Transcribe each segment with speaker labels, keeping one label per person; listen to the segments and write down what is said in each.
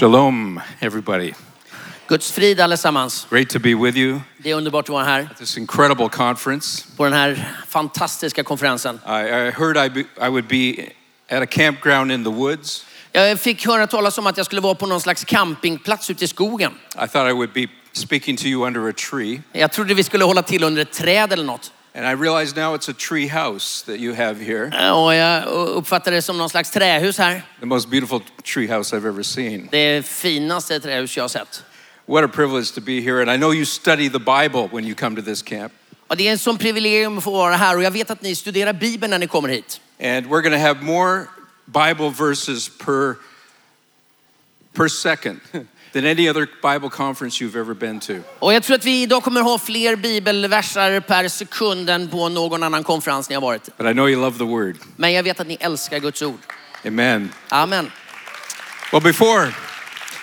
Speaker 1: Shalom, everybody.
Speaker 2: Guds frid allesammans.
Speaker 1: Great to be with you.
Speaker 2: Det är underbart att vara här
Speaker 1: This incredible conference.
Speaker 2: på den här fantastiska konferensen.
Speaker 1: I, I heard I, be, I would be at a campground in the woods.
Speaker 2: Jag fick höra talas om att jag skulle vara på någon slags campingplats ute i skogen.
Speaker 1: I thought I would be speaking to you under a tree.
Speaker 2: Jag trodde vi skulle hålla till under ett träd eller något.
Speaker 1: And I realize now it's a tree house that you have here,
Speaker 2: Och jag uppfattade det som någon slags trähus här.
Speaker 1: the most beautiful tree house I've ever seen.
Speaker 2: Det finaste trähus jag har sett.
Speaker 1: What a privilege to be here. And I know you study the Bible when you come to this camp.
Speaker 2: Och det är en sån privilegium att få vara här och jag vet att ni studerar Bibeln när ni kommer hit.
Speaker 1: And we're going to have more Bible verses per, per second than any other Bible conference you've ever been to.
Speaker 2: Och jag tror att vi idag kommer ha fler bibelversar per sekund än på någon annan konferens ni har varit.
Speaker 1: But I know you love the word.
Speaker 2: Men jag vet att ni älskar Guds ord.
Speaker 1: Amen.
Speaker 2: Amen.
Speaker 1: Well, before,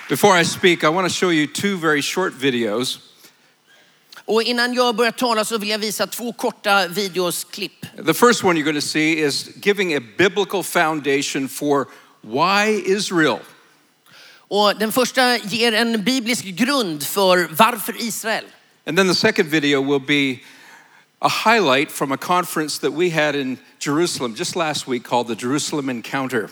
Speaker 1: before I speak, I want to show you two very short videos.
Speaker 2: Och innan jag börjar tala så vill jag visa två korta videosklipp.
Speaker 1: The first one you're going to see is giving a biblical foundation for why Israel.
Speaker 2: Och den första ger en biblisk grund för varför Israel.
Speaker 1: And then the second video will be a highlight from a conference that we had in Jerusalem just last week called the Jerusalem Encounter.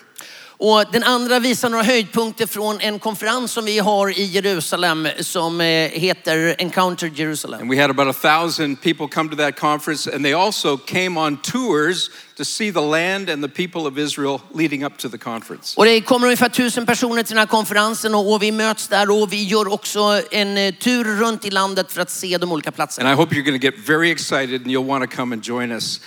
Speaker 2: Och den andra visar några höjdpunkter från en konferens som vi har i Jerusalem som eh, heter Encounter Jerusalem.
Speaker 1: And we had about a thousand people come to that conference, and they also came on tours to see the land and the people of Israel leading up to the conference.
Speaker 2: Och det kommer ungefär tusen personer till den här konferensen och och vi möts där och vi gör också en eh, tur runt i landet för att se de olika
Speaker 1: And
Speaker 2: platserna.
Speaker 1: I hope you're going to get very excited and you'll want to come and join us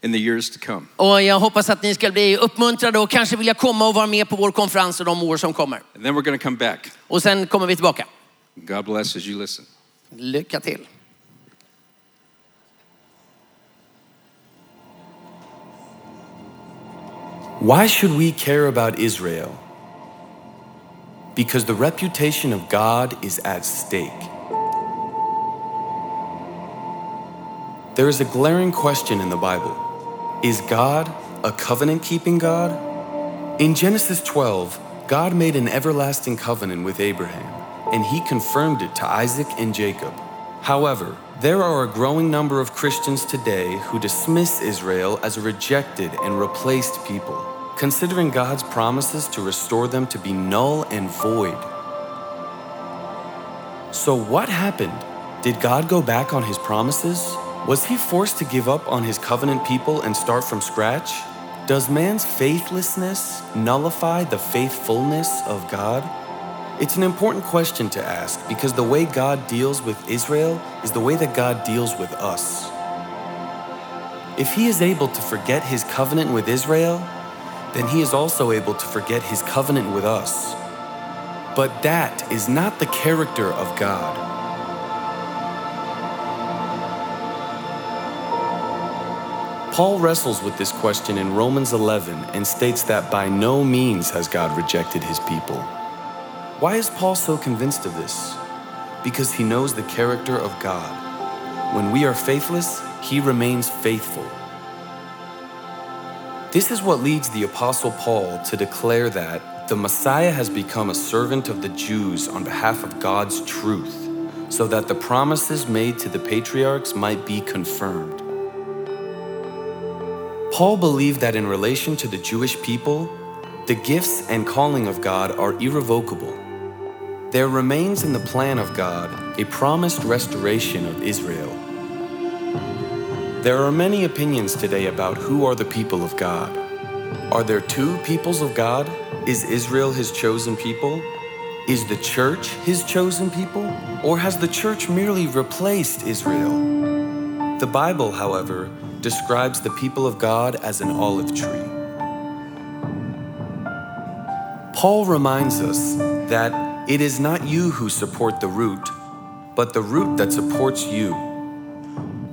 Speaker 1: in the years to come.
Speaker 2: Och jag hoppas att ni ska bli uppmuntrade och kanske vilja komma och vara med på vår konferens och de år som kommer.
Speaker 1: And then we're going to come back.
Speaker 2: Och sen kommer vi tillbaka.
Speaker 1: God bless as you listen.
Speaker 2: Lycka till.
Speaker 3: Why should we care about Israel? Because the reputation of God is at stake. There is a glaring question in the Bible Is God a covenant keeping God? In Genesis 12, God made an everlasting covenant with Abraham, and he confirmed it to Isaac and Jacob. However, there are a growing number of Christians today who dismiss Israel as a rejected and replaced people, considering God's promises to restore them to be null and void. So, what happened? Did God go back on his promises? Was he forced to give up on his covenant people and start from scratch? Does man's faithlessness nullify the faithfulness of God? It's an important question to ask because the way God deals with Israel is the way that God deals with us. If he is able to forget his covenant with Israel, then he is also able to forget his covenant with us. But that is not the character of God. Paul wrestles with this question in Romans 11 and states that by no means has God rejected his people. Why is Paul so convinced of this? Because he knows the character of God. When we are faithless, he remains faithful. This is what leads the Apostle Paul to declare that the Messiah has become a servant of the Jews on behalf of God's truth, so that the promises made to the patriarchs might be confirmed. Paul believed that in relation to the Jewish people, the gifts and calling of God are irrevocable. There remains in the plan of God a promised restoration of Israel. There are many opinions today about who are the people of God. Are there two peoples of God? Is Israel his chosen people? Is the church his chosen people? Or has the church merely replaced Israel? The Bible, however, describes the people of God as an olive tree. Paul reminds us that it is not you who support the root, but the root that supports you.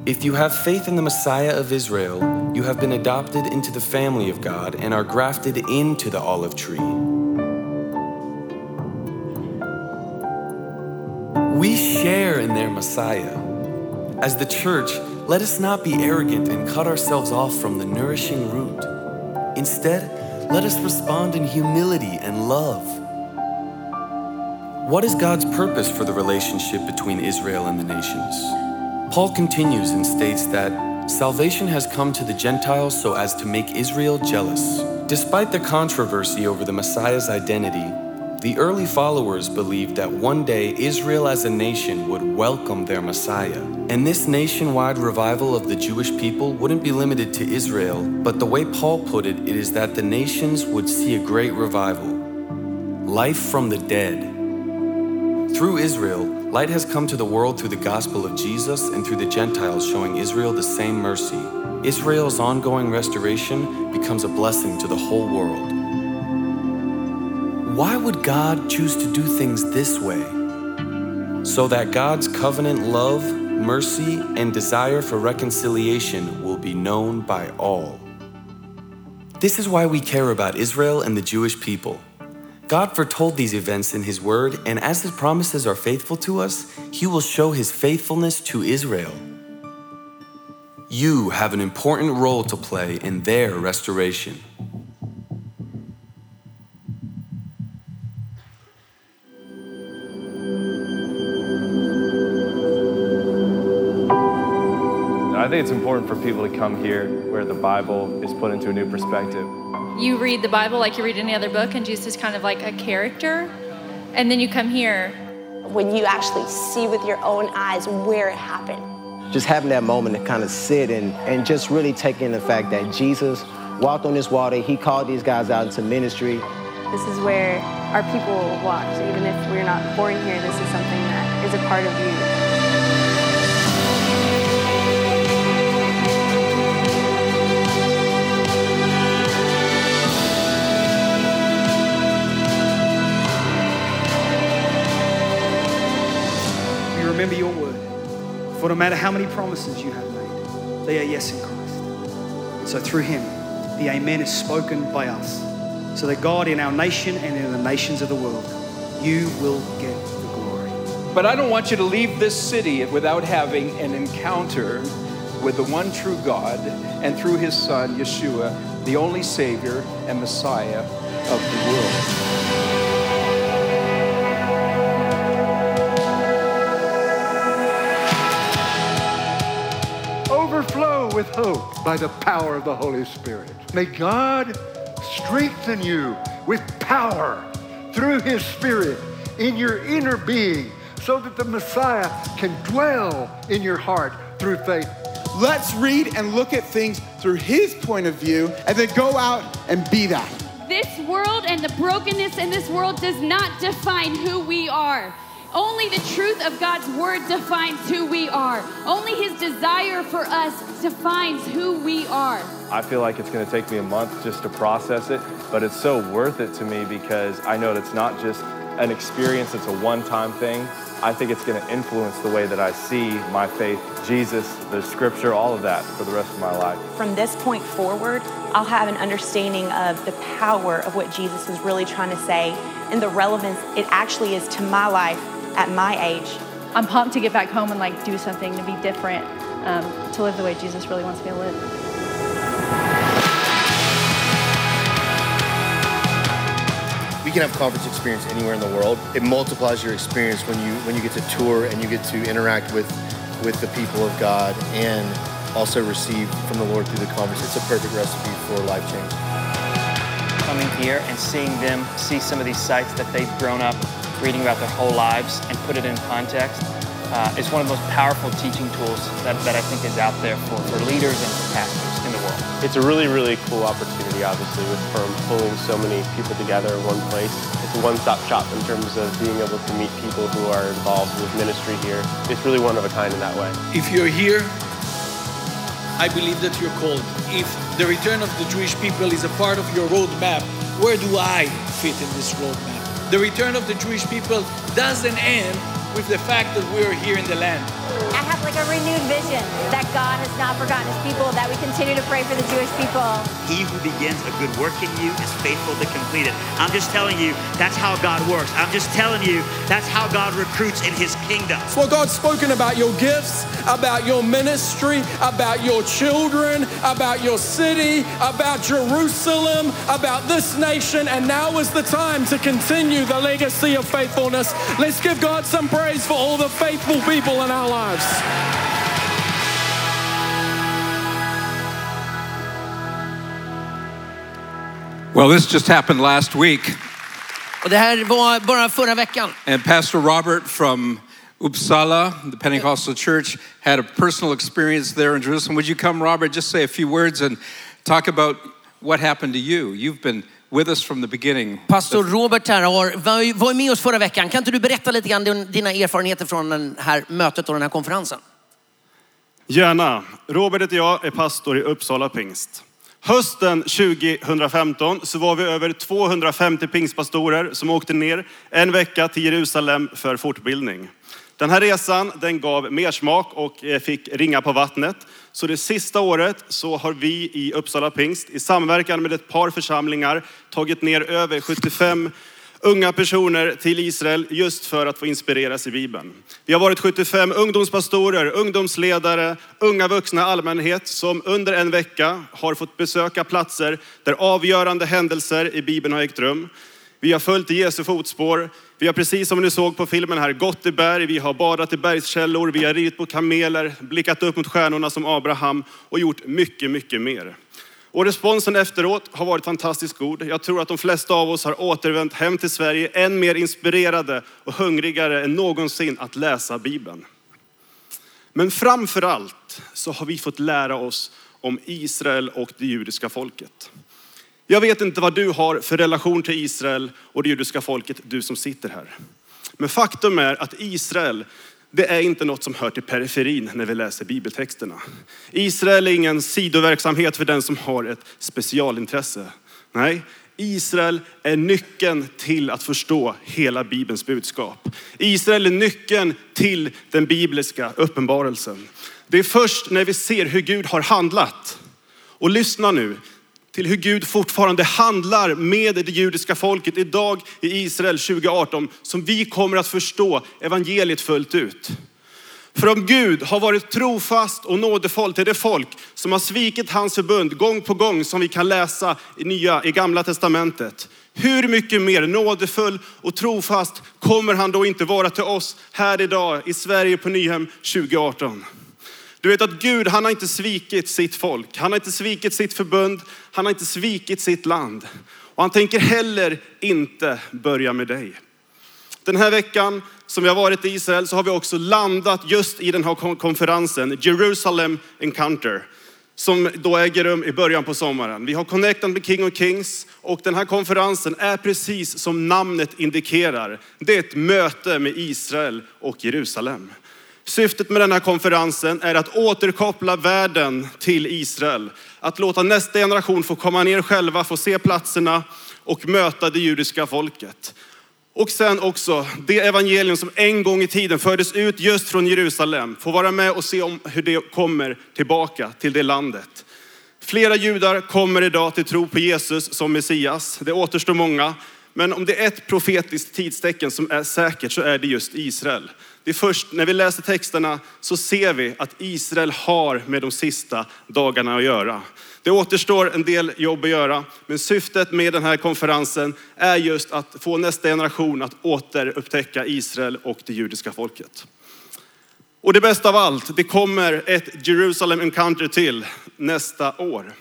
Speaker 3: If you have faith in the Messiah of Israel, you have been adopted into the family of God and are grafted into the olive tree. We share in their Messiah. As the church, let us not be arrogant and cut ourselves off from the nourishing root. Instead, let us respond in humility and love. What is God's purpose for the relationship between Israel and the nations? Paul continues and states that salvation has come to the Gentiles so as to make Israel jealous. Despite the controversy over the Messiah's identity, the early followers believed that one day Israel as a nation would welcome their Messiah. And this nationwide revival of the Jewish people wouldn't be limited to Israel, but the way Paul put it, it is that the nations would see a great revival life from the dead. Through Israel, light has come to the world through the gospel of Jesus and through the Gentiles showing Israel the same mercy. Israel's ongoing restoration becomes a blessing to the whole world. Why would God choose to do things this way? So that God's covenant love, mercy, and desire for reconciliation will be known by all. This is why we care about Israel and the Jewish people. God foretold these events in His Word, and as His promises are faithful to us, He will show His faithfulness to Israel. You have an important role to play in their restoration.
Speaker 4: I think it's important for people to come here where the Bible is put into a new perspective.
Speaker 5: you read the Bible like you read any other book, and Jesus is kind of like a character. And then you come here.
Speaker 6: when you actually see with your own eyes where it happened.
Speaker 7: just having that moment to kind of sit and, and just really take in the fact that Jesus walked on this water. He called these guys out into ministry.
Speaker 8: This is where our people walk. So even if we're not born here, this is something that is a part of you.
Speaker 9: You remember your word. For no matter how many promises you have made, they are yes in Christ. And so through him, the Amen is spoken by us. So that God in our nation and in the nations of the world, you will get the glory.
Speaker 1: But I don't want you to leave this city without having an encounter with the one true God and through his son, Yeshua, the only Savior and Messiah of the world.
Speaker 10: overflow with hope by the power of the Holy Spirit. May God strengthen you with power through His Spirit in your inner being so that the Messiah can dwell in your heart through faith.
Speaker 11: Let's read and look at things through his point of view and then go out and be that.
Speaker 12: This world and the brokenness in this world does not define who we are. Only the truth of God's word defines who we are. Only his desire for us defines who we are.
Speaker 4: I feel like it's going to take me a month just to process it, but it's so worth it to me because I know that it's not just an experience, it's a one time thing. I think it's going to influence the way that I see my faith, Jesus, the scripture, all of that for the rest of my life.
Speaker 13: From this point forward, I'll have an understanding of the power of what Jesus is really trying to say and the relevance it actually is to my life at my age.
Speaker 8: I'm pumped to get back home and like do something to be different, um, to live the way Jesus really wants me to live.
Speaker 14: We can have conference experience anywhere in the world. It multiplies your experience when you when you get to tour and you get to interact with with the people of God and also receive from the Lord through the conference. It's a perfect recipe for life change.
Speaker 15: coming here and seeing them see some of these sites that they've grown up reading about their whole lives and put it in context uh, is one of the most powerful teaching tools that, that I think is out there for, for leaders and for pastors in the world.
Speaker 4: It's a really, really cool opportunity, obviously, with Firm pulling so many people together in one place. It's a one-stop shop in terms of being able to meet people who are involved with ministry here. It's really one of a kind in that way.
Speaker 2: If you're here, I believe that you're called. If the return of the Jewish people is a part of your roadmap, where do I fit in this roadmap? The return of the Jewish people doesn't end with the fact that we're here in the land.
Speaker 16: I have like a renewed vision that God has not forgotten his people, that we continue to pray for the Jewish people.
Speaker 17: He who begins a good work in you is faithful to complete it. I'm just telling you, that's how God works. I'm just telling you, that's how God recruits in his kingdom.
Speaker 18: Well, God's spoken about your gifts, about your ministry, about your children, about your city, about Jerusalem, about this nation, and now is the time to continue the legacy of faithfulness. Let's give God some praise for all the faithful people in our lives.
Speaker 19: Well, this just happened last week,
Speaker 2: Och det här var bara förra veckan.
Speaker 19: and Pastor Robert from Uppsala, the Pentecostal church, had a personal experience there in Jerusalem. Would you come, Robert? Just say a few words and talk about what happened to you. You've been with us from the beginning.
Speaker 2: Pastor Robert här har, var, ju- var ju med oss förra veckan. Kan inte du berätta lite grann din- dina erfarenheter från det här mötet och den här konferensen?
Speaker 10: Gärna. Robert heter jag, är pastor i Uppsala pingst. Hösten 2015 så var vi över 250 pingstpastorer som åkte ner en vecka till Jerusalem för fortbildning. Den här resan den gav mer smak och eh, fick ringa på vattnet. Så det sista året så har vi i Uppsala pingst i samverkan med ett par församlingar tagit ner över 75 unga personer till Israel just för att få inspireras i Bibeln. Vi har varit 75 ungdomspastorer, ungdomsledare, unga vuxna i allmänhet som under en vecka har fått besöka platser där avgörande händelser i Bibeln har ägt rum. Vi har följt i Jesu fotspår. Vi har precis som ni såg på filmen här gått i berg, vi har badat i bergskällor, vi har ridit på kameler, blickat upp mot stjärnorna som Abraham och gjort mycket, mycket mer. Och responsen efteråt har varit fantastiskt god. Jag tror att de flesta av oss har återvänt hem till Sverige än mer inspirerade och hungrigare än någonsin att läsa Bibeln. Men framför allt så har vi fått lära oss om Israel och det judiska folket. Jag vet inte vad du har för relation till Israel och det judiska folket, du som sitter här. Men faktum är att Israel, det är inte något som hör till periferin när vi läser bibeltexterna. Israel är ingen sidoverksamhet för den som har ett specialintresse. Nej, Israel är nyckeln till att förstå hela Bibelns budskap. Israel är nyckeln till den bibliska uppenbarelsen. Det är först när vi ser hur Gud har handlat. Och lyssna nu, till hur Gud fortfarande handlar med det judiska folket idag i Israel 2018 som vi kommer att förstå evangeliet fullt ut. För om Gud har varit trofast och nådefull till det folk som har svikit hans förbund gång på gång som vi kan läsa i, nya, i gamla testamentet. Hur mycket mer nådefull och trofast kommer han då inte vara till oss här idag i Sverige på Nyhem 2018? Du vet att Gud, han har inte svikit sitt folk. Han har inte svikit sitt förbund. Han har inte svikit sitt land. Och han tänker heller inte börja med dig. Den här veckan som vi har varit i Israel så har vi också landat just i den här kon- konferensen, Jerusalem Encounter, som då äger rum i början på sommaren. Vi har connectat med King of Kings och den här konferensen är precis som namnet indikerar. Det är ett möte med Israel och Jerusalem. Syftet med den här konferensen är att återkoppla världen till Israel. Att låta nästa generation få komma ner själva, få se platserna och möta det judiska folket. Och sen också det evangelium som en gång i tiden fördes ut just från Jerusalem. Få vara med och se om hur det kommer tillbaka till det landet. Flera judar kommer idag till tro på Jesus som Messias. Det återstår många. Men om det är ett profetiskt tidstecken som är säkert så är det just Israel. Det är först när vi läser texterna så ser vi att Israel har med de sista dagarna att göra. Det återstår en del jobb att göra, men syftet med den här konferensen är just att få nästa generation att återupptäcka Israel och det judiska folket. Och det bästa av allt, det kommer ett Jerusalem Encounter till nästa år.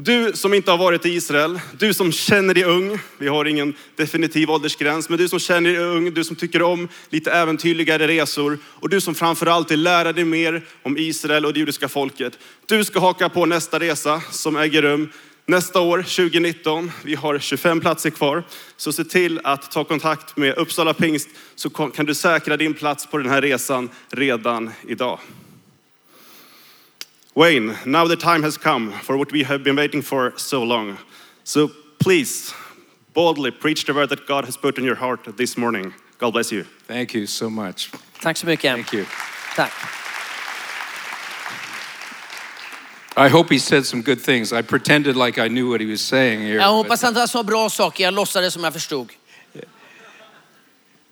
Speaker 10: Du som inte har varit i Israel, du som känner dig ung, vi har ingen definitiv åldersgräns, men du som känner dig ung, du som tycker om lite äventyrligare resor och du som framförallt vill lära dig mer om Israel och det judiska folket. Du ska haka på nästa resa som äger rum nästa år, 2019. Vi har 25 platser kvar, så se till att ta kontakt med Uppsala Pingst så kon- kan du säkra din plats på den här resan redan idag. Wayne, now the time has come for what we have been waiting for so long. So please, boldly preach the word that God has put in your heart this morning. God bless you.
Speaker 19: Thank you so much.
Speaker 2: Tack så mycket.
Speaker 19: Thank you.
Speaker 2: Tack.
Speaker 1: I hope he said some good things. I pretended like I knew what he was saying here.
Speaker 2: Jag hoppas att han sa bra saker. Jag låtsades som jag förstod.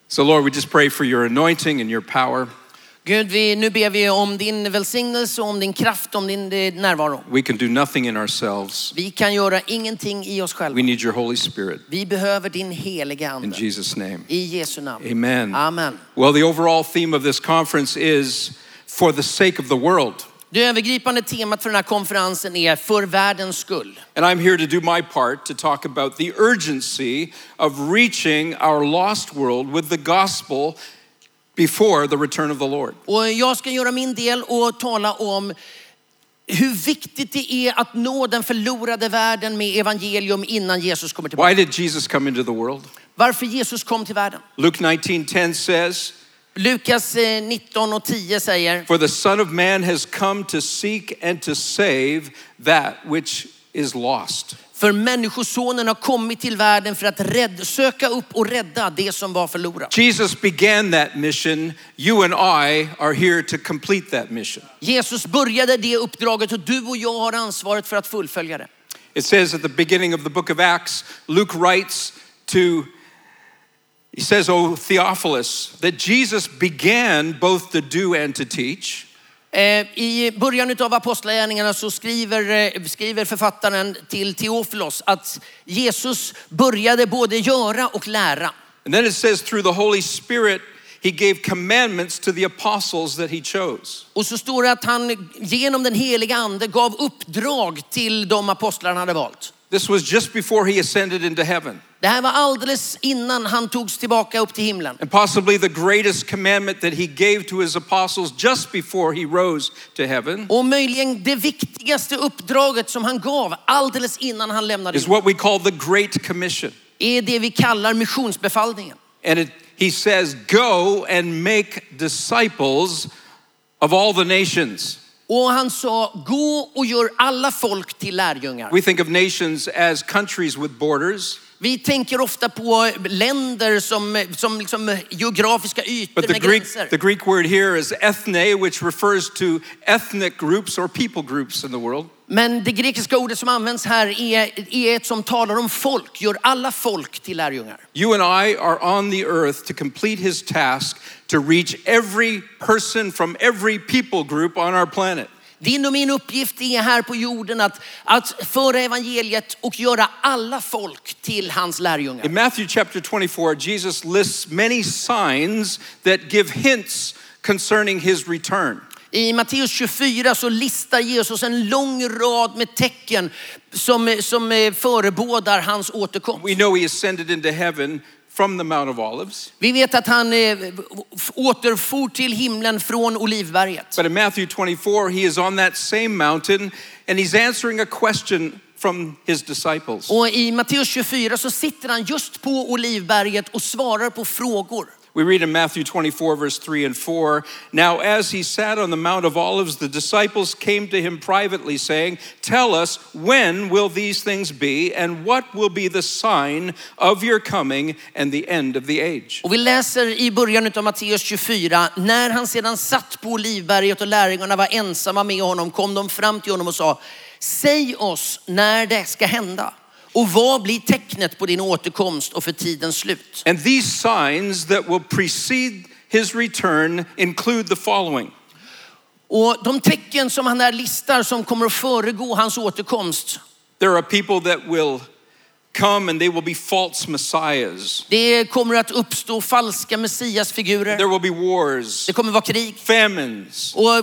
Speaker 1: So, Lord, we just pray for your anointing and your power.
Speaker 2: Gud, vi, nu ber vi om din välsignelse, om din kraft, om din eh, närvaro.
Speaker 1: We can do nothing in ourselves.
Speaker 2: Vi kan göra ingenting i oss själva.
Speaker 1: We need your Holy Spirit.
Speaker 2: Vi behöver din heliga
Speaker 1: In
Speaker 2: Ande.
Speaker 1: Jesus' name.
Speaker 2: I Jesu namn.
Speaker 1: Amen.
Speaker 2: Amen.
Speaker 1: Well, the overall theme of this conference is for the sake of the world.
Speaker 2: Det övergripande temat för den här konferensen är för världens skull.
Speaker 1: And I'm here to do my part to talk about the urgency of reaching our lost world with the gospel before the return of the Lord.
Speaker 2: Och jag ska göra min del och tala om hur viktigt det är att nå den förlorade världen med evangelium innan Jesus kommer tillbaka.
Speaker 1: Why did Jesus come into the world?
Speaker 2: Varför Jesus kom till världen.
Speaker 1: Luke 19:10 says,
Speaker 2: Lukas eh, 19 och 10 säger,
Speaker 1: "For the Son of man has come to seek and to save that which is lost."
Speaker 2: för människosonen har kommit till världen för att rädd, söka upp och rädda det som var förlorat.
Speaker 1: Jesus began that mission. You and I are here to complete that mission.
Speaker 2: Jesus började det uppdraget och du och jag har ansvaret för att fullfölja det.
Speaker 1: It says at the beginning of the book of Acts, Luke writes to, he says, O Theophilus, that Jesus began both to do and to teach.
Speaker 2: Eh, I början av Apostlagärningarna så skriver, eh, skriver författaren till Teofilos att Jesus började både göra och lära.
Speaker 1: And then it says, through the Holy Spirit, he gave commandments to the apostles that he chose.
Speaker 2: Och så står det att han genom den heliga ande gav uppdrag till de apostlar han hade valt.
Speaker 1: This was just before he ascended into heaven.
Speaker 2: Det här var alldeles innan han togs tillbaka upp till himlen.
Speaker 1: And possibly the greatest commandment that he gave to his apostles just before he rose to heaven
Speaker 2: Och möjligen det viktigaste uppdraget som han gav alldeles innan han lämnade
Speaker 1: is
Speaker 2: jorden
Speaker 1: what we call the Great Commission.
Speaker 2: är det vi kallar missionsbefallningen.
Speaker 1: And it, he says, Go and make disciples of all the nations.
Speaker 2: Och han sa, gå och gör alla folk till lärjungar.
Speaker 1: We think of nations as countries with borders,
Speaker 2: Vi tänker ofta på länder som, som liksom geografiska ytor
Speaker 1: but the
Speaker 2: med
Speaker 1: Greek,
Speaker 2: gränser.
Speaker 1: the Greek word here is ethne, which refers to ethnic groups or people groups in the world.
Speaker 2: Men det grekiska ordet som används här är, är ett som talar om folk, gör alla folk till lärjungar.
Speaker 1: You and I are on the earth to complete his task to reach every person from every people group on our planet.
Speaker 2: Din och min uppgift är här på jorden att, att föra evangeliet och göra alla folk till hans lärjungar.
Speaker 1: In Matthew chapter 24, Jesus lists many signs that give hints concerning his return.
Speaker 2: I Matteus 24 så listar Jesus en lång rad med tecken som, som eh, förebådar hans återkomst.
Speaker 1: We know he ascended into heaven from the Mount of Olives.
Speaker 2: Vi vet att han eh, återfor till himlen från Olivberget.
Speaker 1: But in Matthew 24, he is on that same mountain and he's answering a question from his disciples.
Speaker 2: Och i Matteus 24 så sitter han just på Olivberget och svarar på frågor.
Speaker 1: We read in Matthew 24, verse 3 and 4 Now, as he sat on the Mount of Olives, the disciples came to him privately, saying, Tell us, when will these things be, and what will be the sign of your coming and the end of the age?
Speaker 2: Och vi läser i början av Matteus 24, när han sedan satt på Olivberget och lärjungarna var ensamma med honom kom de fram till honom och sa, säg oss när det ska hända och vad blir tecknet på din återkomst och för tidens slut?
Speaker 1: And these signs that will precede his return include the following.
Speaker 2: Och de tecken som han här listar som kommer att föregå hans återkomst,
Speaker 1: There are people that will come and they will be false messiahs.
Speaker 2: det kommer att uppstå falska messiasfigurer.
Speaker 1: There will be wars,
Speaker 2: Det kommer vara krig
Speaker 1: famines,
Speaker 2: och eh,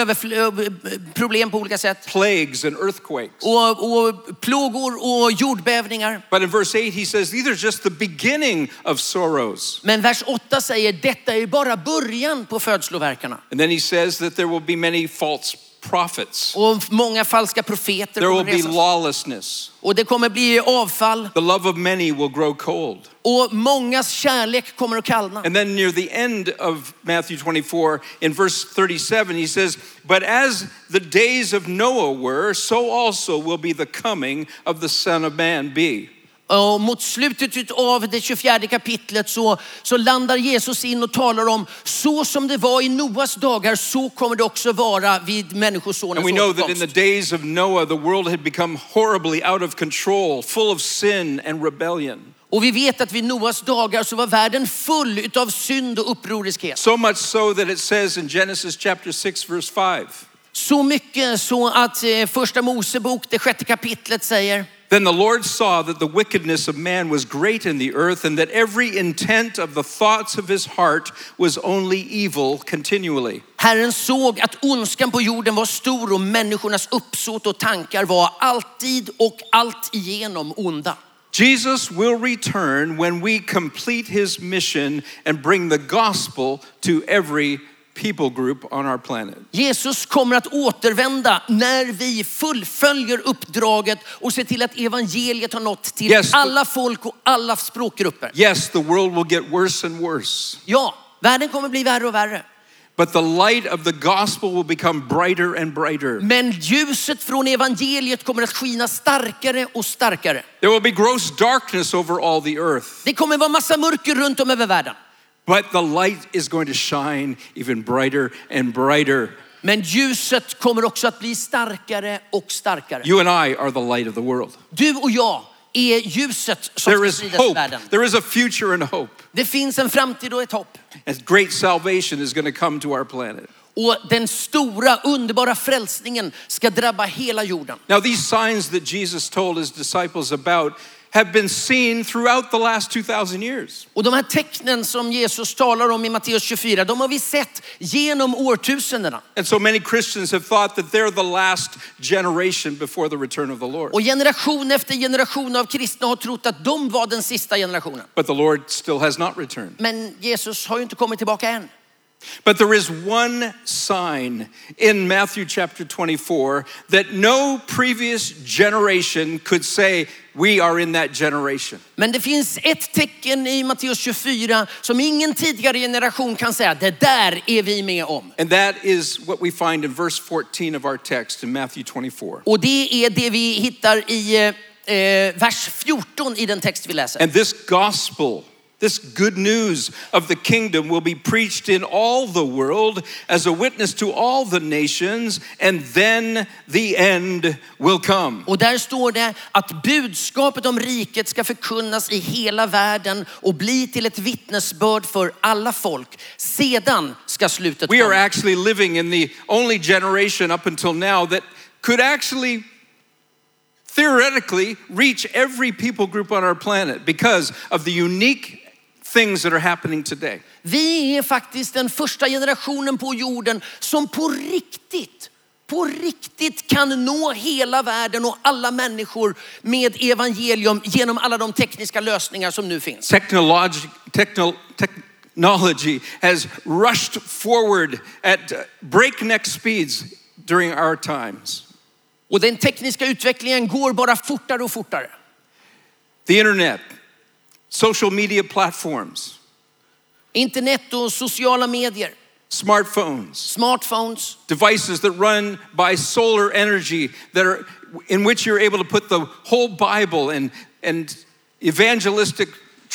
Speaker 2: överfl- eh, problem på olika sätt.
Speaker 1: plagues, and earthquakes.
Speaker 2: Och, och plågor och jordbävningar.
Speaker 1: But in verse 8, he says, These are just the beginning of sorrows.
Speaker 2: Men vers 8 säger detta är bara början på födslovärkarna.
Speaker 1: And then he says that there will be many false prophets.
Speaker 2: Och många falska profeter
Speaker 1: There will
Speaker 2: kommer
Speaker 1: be
Speaker 2: resas.
Speaker 1: lawlessness.
Speaker 2: Och det kommer bli avfall.
Speaker 1: The love of many will grow cold.
Speaker 2: Och mångas kärlek kommer att kallna.
Speaker 1: And then near the end of Matthew 24, in verse 37, he says, But as the days of Noah were, so also will be the coming of the Son of Man be.
Speaker 2: Och mot slutet av det 24 kapitlet så, så landar Jesus in och talar om så som det var i Noas dagar så kommer det också vara vid
Speaker 1: And
Speaker 2: Människosonens
Speaker 1: we know that in
Speaker 2: återkomst.
Speaker 1: the days of Noah, the world had become horribly out of control, full of sin and rebellion.
Speaker 2: Och vi vet att vid Noas dagar så var världen full utav synd och upproriskhet.
Speaker 1: So much so that it says in Genesis chapter 6, verse 5
Speaker 2: Så mycket så att eh, första Mosebok, det sjätte kapitlet säger
Speaker 1: Then the Lord saw that the wickedness of man was great in the earth, and that every intent of the thoughts of his heart was only evil continually.
Speaker 2: Herren såg att ondskan på jorden var stor och människornas uppsåt och tankar var alltid och allt igenom onda.
Speaker 1: Jesus will return when we complete his mission and bring the gospel to every people group on our planet.
Speaker 2: Jesus kommer att återvända när vi fullföljer uppdraget och ser till att evangeliet har nått till
Speaker 1: Yes, the-
Speaker 2: alla folk och alla språkgrupper.
Speaker 1: Yes, the world will get worse and worse,
Speaker 2: Ja, världen kommer bli värre och värre.
Speaker 1: but the light of the gospel will become brighter and brighter.
Speaker 2: Men ljuset från evangeliet kommer att skina starkare och starkare.
Speaker 1: There will be gross darkness over all the earth,
Speaker 2: Det kommer vara massa mörker runt om över världen.
Speaker 1: but the light is going to shine even brighter and brighter.
Speaker 2: Men ljuset kommer också att bli starkare och starkare.
Speaker 1: You and I are the light of the world.
Speaker 2: Du och jag är ljuset som
Speaker 1: There
Speaker 2: ska
Speaker 1: is
Speaker 2: spridas i
Speaker 1: hope.
Speaker 2: världen.
Speaker 1: There is a future and hope.
Speaker 2: Det finns en framtid och ett hopp.
Speaker 1: And great salvation is going to come to our planet.
Speaker 2: Och den stora underbara frälsningen ska drabba hela jorden.
Speaker 1: Now, these signs that Jesus told his disciples about have been seen throughout the last 2,000 years.
Speaker 2: Och de här tecknen som Jesus talar om i Matteus 24, de har vi sett genom årtusendena.
Speaker 1: And so many Christians have thought that they're the last generation before the return of the Lord.
Speaker 2: Och generation efter generation av kristna har trott att de var den sista generationen.
Speaker 1: But the Lord still has not returned.
Speaker 2: Men Jesus har ju inte kommit tillbaka än.
Speaker 1: But there is one sign in Matthew chapter 24 that no previous generation could say, We are in that generation.
Speaker 2: Men det finns ett tecken i Matteus 24 som ingen tidigare generation kan säga, det där är vi med om.
Speaker 1: And that is what we find in verse 14 of our text in Matthew 24.
Speaker 2: Och det är det vi hittar i eh, eh, vers 14 i den text vi läser.
Speaker 1: And this gospel, this good news of the kingdom will be preached in all the world as a witness to all the nations, and then the end will come.
Speaker 2: Och där står det att budskapet om riket ska förkunnas i hela världen och bli till ett vittnesbörd för alla folk. Sedan ska slutet
Speaker 1: We are
Speaker 2: komma.
Speaker 1: actually living in the only generation up until now that could actually theoretically reach every people group on our planet because of the unique things that are happening today.
Speaker 2: Vi är faktiskt den första generationen på jorden som på riktigt, på riktigt kan nå hela världen och alla människor med evangelium genom alla de tekniska lösningar som nu finns.
Speaker 1: Technology, techno, technology has rushed forward at uh, breakneck speeds during our times.
Speaker 2: Och den tekniska utvecklingen går bara fortare och fortare.
Speaker 1: The internet, social media platforms,
Speaker 2: Internet och sociala medier,
Speaker 1: smartphones,
Speaker 2: smartphones,
Speaker 1: devices that run by solar energy that are in which you're able to put the whole Bible and, and evangelistic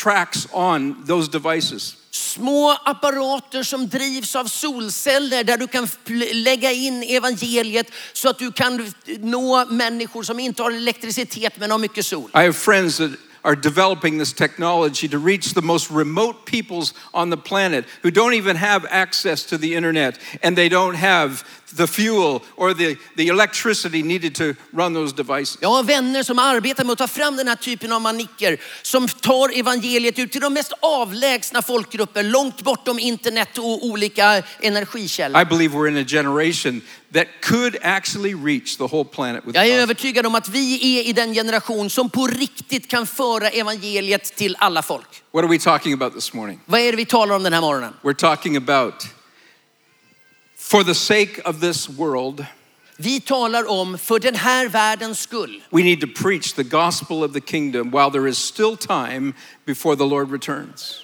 Speaker 1: tracks on those devices.
Speaker 2: små apparater som drivs av solceller där du kan pl- lägga in evangeliet så att du kan nå människor som inte har elektricitet men har mycket sol.
Speaker 1: I have friends that are developing this technology to reach the most remote peoples on the planet who don't even have access to the internet and they don't have the fuel or the, the electricity needed to run those devices.
Speaker 2: Jag har vänner som arbetar med att ta fram den här typen av manicker som tar evangeliet ut till de mest avlägsna folkgrupper långt bortom internet och olika energikällor.
Speaker 1: I believe we're in a generation that could actually reach the whole planet with
Speaker 2: Jag är
Speaker 1: the
Speaker 2: övertygad om att vi är i den generation som på riktigt kan föra evangeliet till alla folk.
Speaker 1: What are we talking about this morning?
Speaker 2: Vad är det vi talar om den här morgonen?
Speaker 1: We're talking about for the sake of this world,
Speaker 2: Vi talar om för den här världens skull.
Speaker 1: we need to preach the gospel of the kingdom while there is still time before the Lord returns.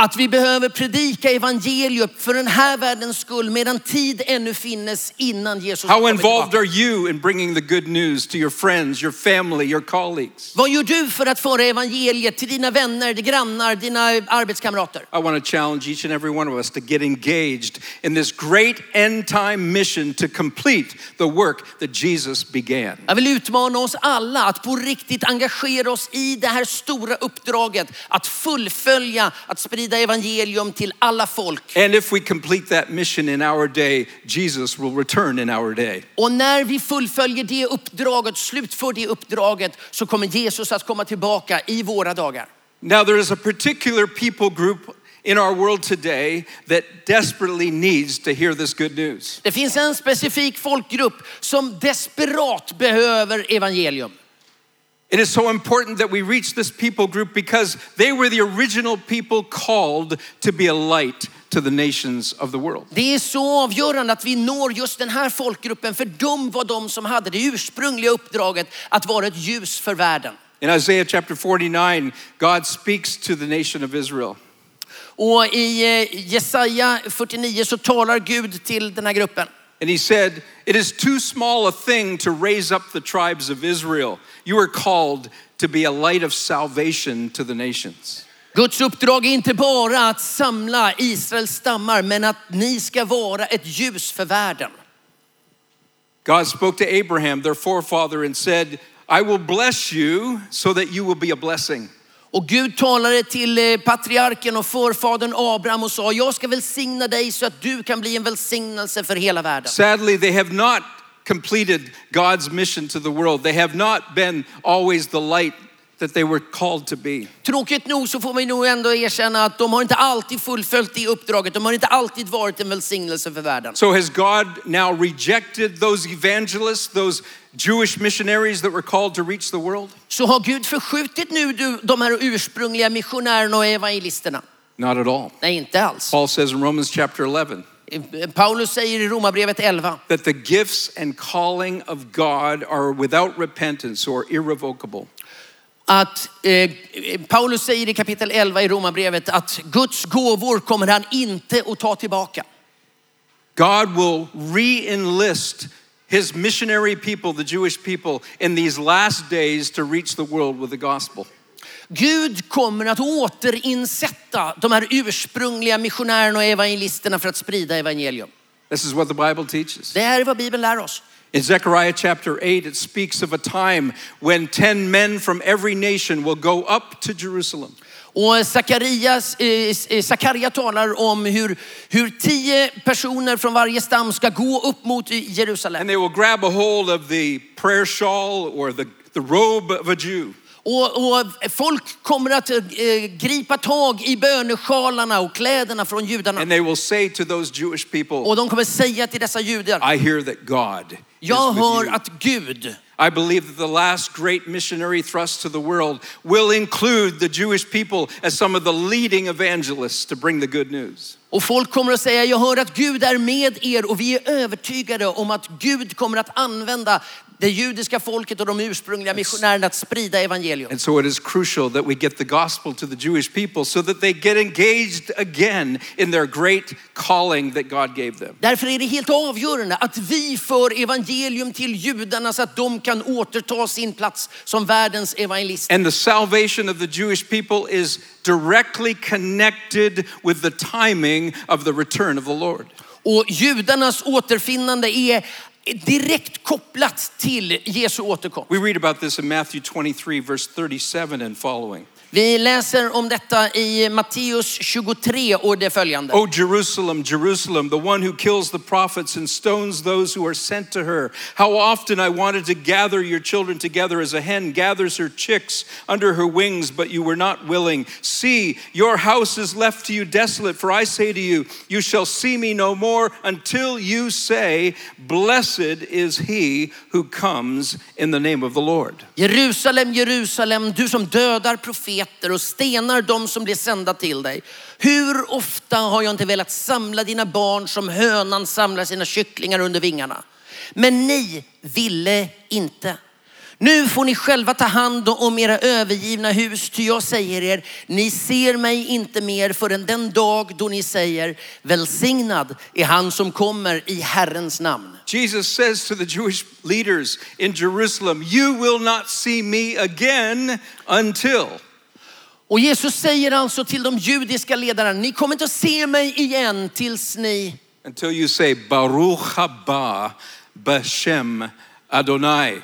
Speaker 2: Att vi behöver predika evangelium för den här världens skull medan tid ännu finnes innan Jesus
Speaker 1: How
Speaker 2: kommer tillbaka.
Speaker 1: involved are you in bringing the good news to your friends, your family, your colleagues?
Speaker 2: Vad gör du för att föra evangeliet till dina vänner, dina grannar, dina arbetskamrater?
Speaker 1: I want to challenge each and every one of us to get engaged in this great end time mission to complete the work that Jesus began.
Speaker 2: Jag vill utmana oss alla att på riktigt engagera oss i det här stora uppdraget att fullfölja, att sprida evangelium till alla folk.
Speaker 1: And if we complete that mission in our day, Jesus will return in our day.
Speaker 2: Och när vi fullföljer det uppdraget, slutför det uppdraget, så kommer Jesus att komma tillbaka i våra dagar.
Speaker 1: Now, there is a particular people group in our world today that desperately needs to hear this good news.
Speaker 2: Det finns en specifik folkgrupp som desperat behöver evangelium.
Speaker 1: It is so important that we reach this people group because they were the original people called to be a light to the nations of the world.
Speaker 2: Det är så avgörande att vi når just den här folkgruppen, för de var de som hade det ursprungliga uppdraget att vara ett ljus för världen.
Speaker 1: In Isaiah chapter 49, God speaks to the nation of Israel.
Speaker 2: Och i eh, Jesaja 49 så talar Gud till den här gruppen.
Speaker 1: And he said, It is too small a thing to raise up the tribes of Israel. You are called to be a light of salvation to the nations.
Speaker 2: Guds uppdrag är inte bara att samla Israels stammar, men att ni ska vara ett ljus för världen.
Speaker 1: God spoke to Abraham, their forefather, and said, I will bless you so that you will be a blessing.
Speaker 2: Och Gud talade till eh, patriarken och förfadern Abraham och sa, jag ska välsigna dig så att du kan bli en välsignelse för hela världen.
Speaker 1: Sadly, they have not completed God's mission to the world. They have not been always the light that they were called to be.
Speaker 2: Tråkigt nog så får vi nog ändå erkänna att de har inte alltid fullföljt det uppdraget. De har inte alltid varit en välsignelse för världen.
Speaker 1: So, has God now rejected those evangelists, those Jewish missionaries that were called to reach the world?
Speaker 2: Så har Gud förskjutit nu du- de här ursprungliga missionärerna och evangelisterna?
Speaker 1: Not at all.
Speaker 2: Nej, inte alls.
Speaker 1: Paul says in Romans chapter 11
Speaker 2: Paulus säger i Romarbrevet 11
Speaker 1: that the gifts and calling of God are without repentance or irrevocable.
Speaker 2: att eh, Paulus säger i kapitel 11 i Romarbrevet att Guds gåvor kommer han inte att ta tillbaka.
Speaker 1: God will re enlist his missionary people, the Jewish people, in these last days to reach the world with the gospel.
Speaker 2: Gud kommer att återinsätta de här ursprungliga missionärerna och evangelisterna för att sprida evangelium.
Speaker 1: This is what the Bible teaches.
Speaker 2: Det här är vad Bibeln lär oss.
Speaker 1: In Zechariah chapter 8, it speaks of a time when 10 men from every nation will go up to Jerusalem.
Speaker 2: Och Sakarias, eh, eh, Sakaria talar om hur, hur tio personer från varje stam ska gå upp mot Jerusalem.
Speaker 1: And they will grab a hold of the prayer shawl or the, the robe of a Jew.
Speaker 2: Och, och folk kommer att eh, gripa tag i bönesjalarna och kläderna från judarna.
Speaker 1: And they will say to those Jewish people,
Speaker 2: Och de kommer säga till dessa judar,
Speaker 1: I hear that God is
Speaker 2: jag
Speaker 1: with
Speaker 2: hör
Speaker 1: you.
Speaker 2: att Gud,
Speaker 1: I believe that the last great missionary thrust to the world will include the Jewish people as some of the leading evangelists to bring the good news.
Speaker 2: och folk kommer att säga, jag hör att Gud är med er och vi är övertygade om att Gud kommer att använda det judiska folket och de ursprungliga missionärerna att sprida evangelium.
Speaker 1: And so it is crucial that we get the gospel to the Jewish people so that they get engaged again in their great calling that God gave them.
Speaker 2: Därför är det helt avgörande att vi för evangelium till judarna så att de kan återta sin plats som världens evangelister.
Speaker 1: And the salvation of the Jewish people is directly connected with the timing of the return of the Lord.
Speaker 2: Och judarnas återfinnande är direkt kopplat till Jesu återkomst.
Speaker 1: We read about this in Matthew 23, verse 37 and following.
Speaker 2: Vi läser om detta i Matteus 23 och det följande.
Speaker 1: O Jerusalem, Jerusalem, the one who kills the prophets and stones those who are sent to her. How often I wanted to gather your children together as a hen gathers her chicks under her wings, but you were not willing. See, your house is left to you desolate, for I say to you, you shall see me no more until you say, Blessed is he who comes in the name of the Lord.
Speaker 2: Jerusalem, Jerusalem, du som dödar profeter och stenar dem som blir sända till dig. Hur ofta har jag inte velat samla dina barn som hönan samlar sina kycklingar under vingarna. Men ni ville inte. Nu får ni själva ta hand om era övergivna hus, ty jag säger er, ni ser mig inte mer förrän den dag då ni säger, välsignad är han som kommer i Herrens namn.
Speaker 1: Jesus says to the Jewish leaders in Jerusalem, You will not see me again until.
Speaker 2: Och Jesus säger alltså till de judiska ledarna, ni kommer inte att se mig igen tills ni
Speaker 1: Until you say, Baruch haba Bashem Adonai.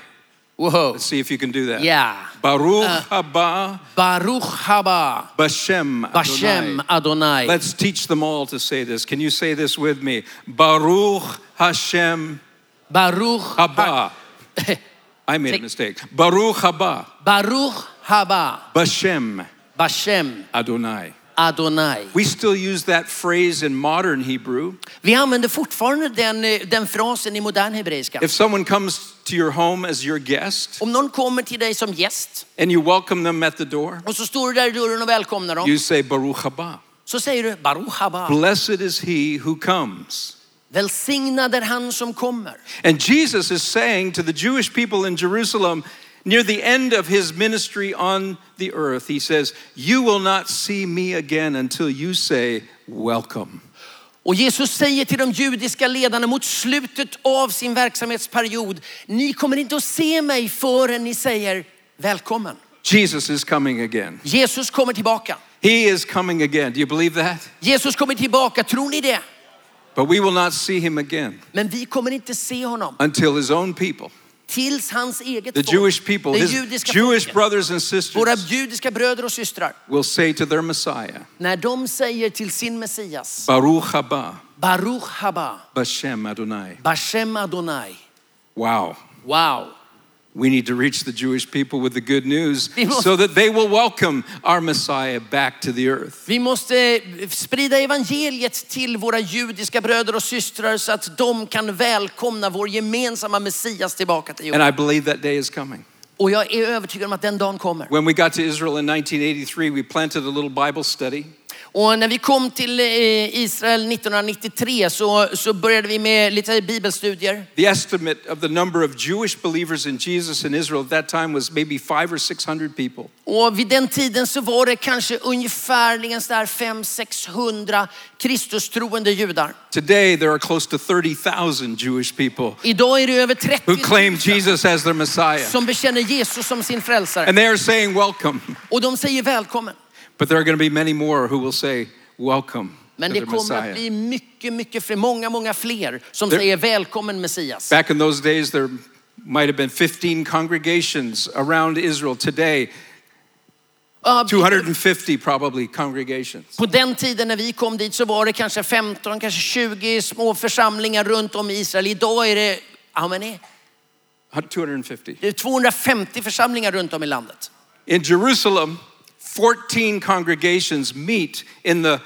Speaker 2: Whoa.
Speaker 1: Let's see if you can do that.
Speaker 2: Yeah.
Speaker 1: Baruch
Speaker 2: Uh,
Speaker 1: haba
Speaker 2: Baruch haba
Speaker 1: Bashem
Speaker 2: Bashem Adonai.
Speaker 1: Let's teach them all to say this. Can you say this with me? Baruch Hashem.
Speaker 2: Baruch
Speaker 1: Haba. I made a mistake. Baruch haba
Speaker 2: Baruch haba
Speaker 1: Bashem
Speaker 2: Bashem
Speaker 1: Adonai.
Speaker 2: Adonai.
Speaker 1: We still use that phrase in modern Hebrew.
Speaker 2: Vi använder fortfarande den, eh, den frasen i modern hebreiska.
Speaker 1: If someone comes to your home as your guest
Speaker 2: Om någon kommer till dig som gäst
Speaker 1: and you welcome them at the door,
Speaker 2: och så står du där i dörren och välkomnar
Speaker 1: you
Speaker 2: dem.
Speaker 1: say Baruch haba.
Speaker 2: Så säger du Baruch haba.
Speaker 1: Blessed is he who comes.
Speaker 2: Välsignad är han som kommer.
Speaker 1: And Jesus is saying to the Jewish people in Jerusalem near the end of his ministry on the earth, he says, You will not see me again until you say, Welcome.
Speaker 2: Och Jesus säger till de judiska ledarna mot slutet av sin verksamhetsperiod, ni kommer inte att se mig förrän ni säger välkommen.
Speaker 1: Jesus is coming again.
Speaker 2: Jesus kommer tillbaka.
Speaker 1: He is coming again. Do you believe that?
Speaker 2: Jesus kommer tillbaka, tror ni det?
Speaker 1: But we will not see him again
Speaker 2: Men vi kommer inte se honom
Speaker 1: until his own people,
Speaker 2: tills hans eget
Speaker 1: the
Speaker 2: folk,
Speaker 1: Jewish people,
Speaker 2: det
Speaker 1: his
Speaker 2: judiska
Speaker 1: Jewish
Speaker 2: folket,
Speaker 1: brothers and sisters,
Speaker 2: våra judiska bröder och systrar,
Speaker 1: will say to their Messiah,
Speaker 2: när de säger till sin Messias,
Speaker 1: Baruch haba
Speaker 2: Baruch haba,
Speaker 1: Bashem Adonai.
Speaker 2: Bashem Adonai.
Speaker 1: Wow.
Speaker 2: Wow.
Speaker 1: We need to reach the Jewish people with the good news
Speaker 2: Vi måste-
Speaker 1: so that they will welcome our Messiah back to the earth.
Speaker 2: Vi måste sprida evangeliet till våra judiska bröder och systrar så att de kan välkomna vår gemensamma Messias tillbaka till
Speaker 1: And I
Speaker 2: jorden.
Speaker 1: believe that day is coming.
Speaker 2: Och jag är övertygad om att den dagen kommer.
Speaker 1: When we got to Israel in 1983, we planted a little Bible study.
Speaker 2: Och när vi kom till eh, Israel 1993 så, så började vi med lite bibelstudier.
Speaker 1: The estimate of the number of Jewish believers in Jesus in Israel at that time was maybe five or 600 people.
Speaker 2: Och vid den tiden så var det kanske ungefärligen så där 500-600 Kristustroende judar.
Speaker 1: Today, there are close to 30,000 Jewish people
Speaker 2: Idag är det över
Speaker 1: who
Speaker 2: 30
Speaker 1: claim Jesus as their Messiah.
Speaker 2: som bekänner Jesus som sin
Speaker 1: And
Speaker 2: frälsare.
Speaker 1: they are saying, Welcome.
Speaker 2: Och de säger välkommen.
Speaker 1: But there are going to be many more who will say, Welcome.
Speaker 2: Men
Speaker 1: to
Speaker 2: det
Speaker 1: the
Speaker 2: kommer att
Speaker 1: Messiah.
Speaker 2: bli mycket, mycket fler, många, många fler som
Speaker 1: There-
Speaker 2: säger välkommen Messias.
Speaker 1: Back in those days, there might have been 15 congregations around Israel. Today,
Speaker 2: Ja,
Speaker 1: 250 probably congregations.
Speaker 2: På den tiden när vi kom dit så var det kanske 15, kanske 20 små församlingar runt om i Israel. Idag är det, how many?
Speaker 1: 250.
Speaker 2: Det är 250 församlingar runt om i landet.
Speaker 1: In Jerusalem, 14 congregations meet in the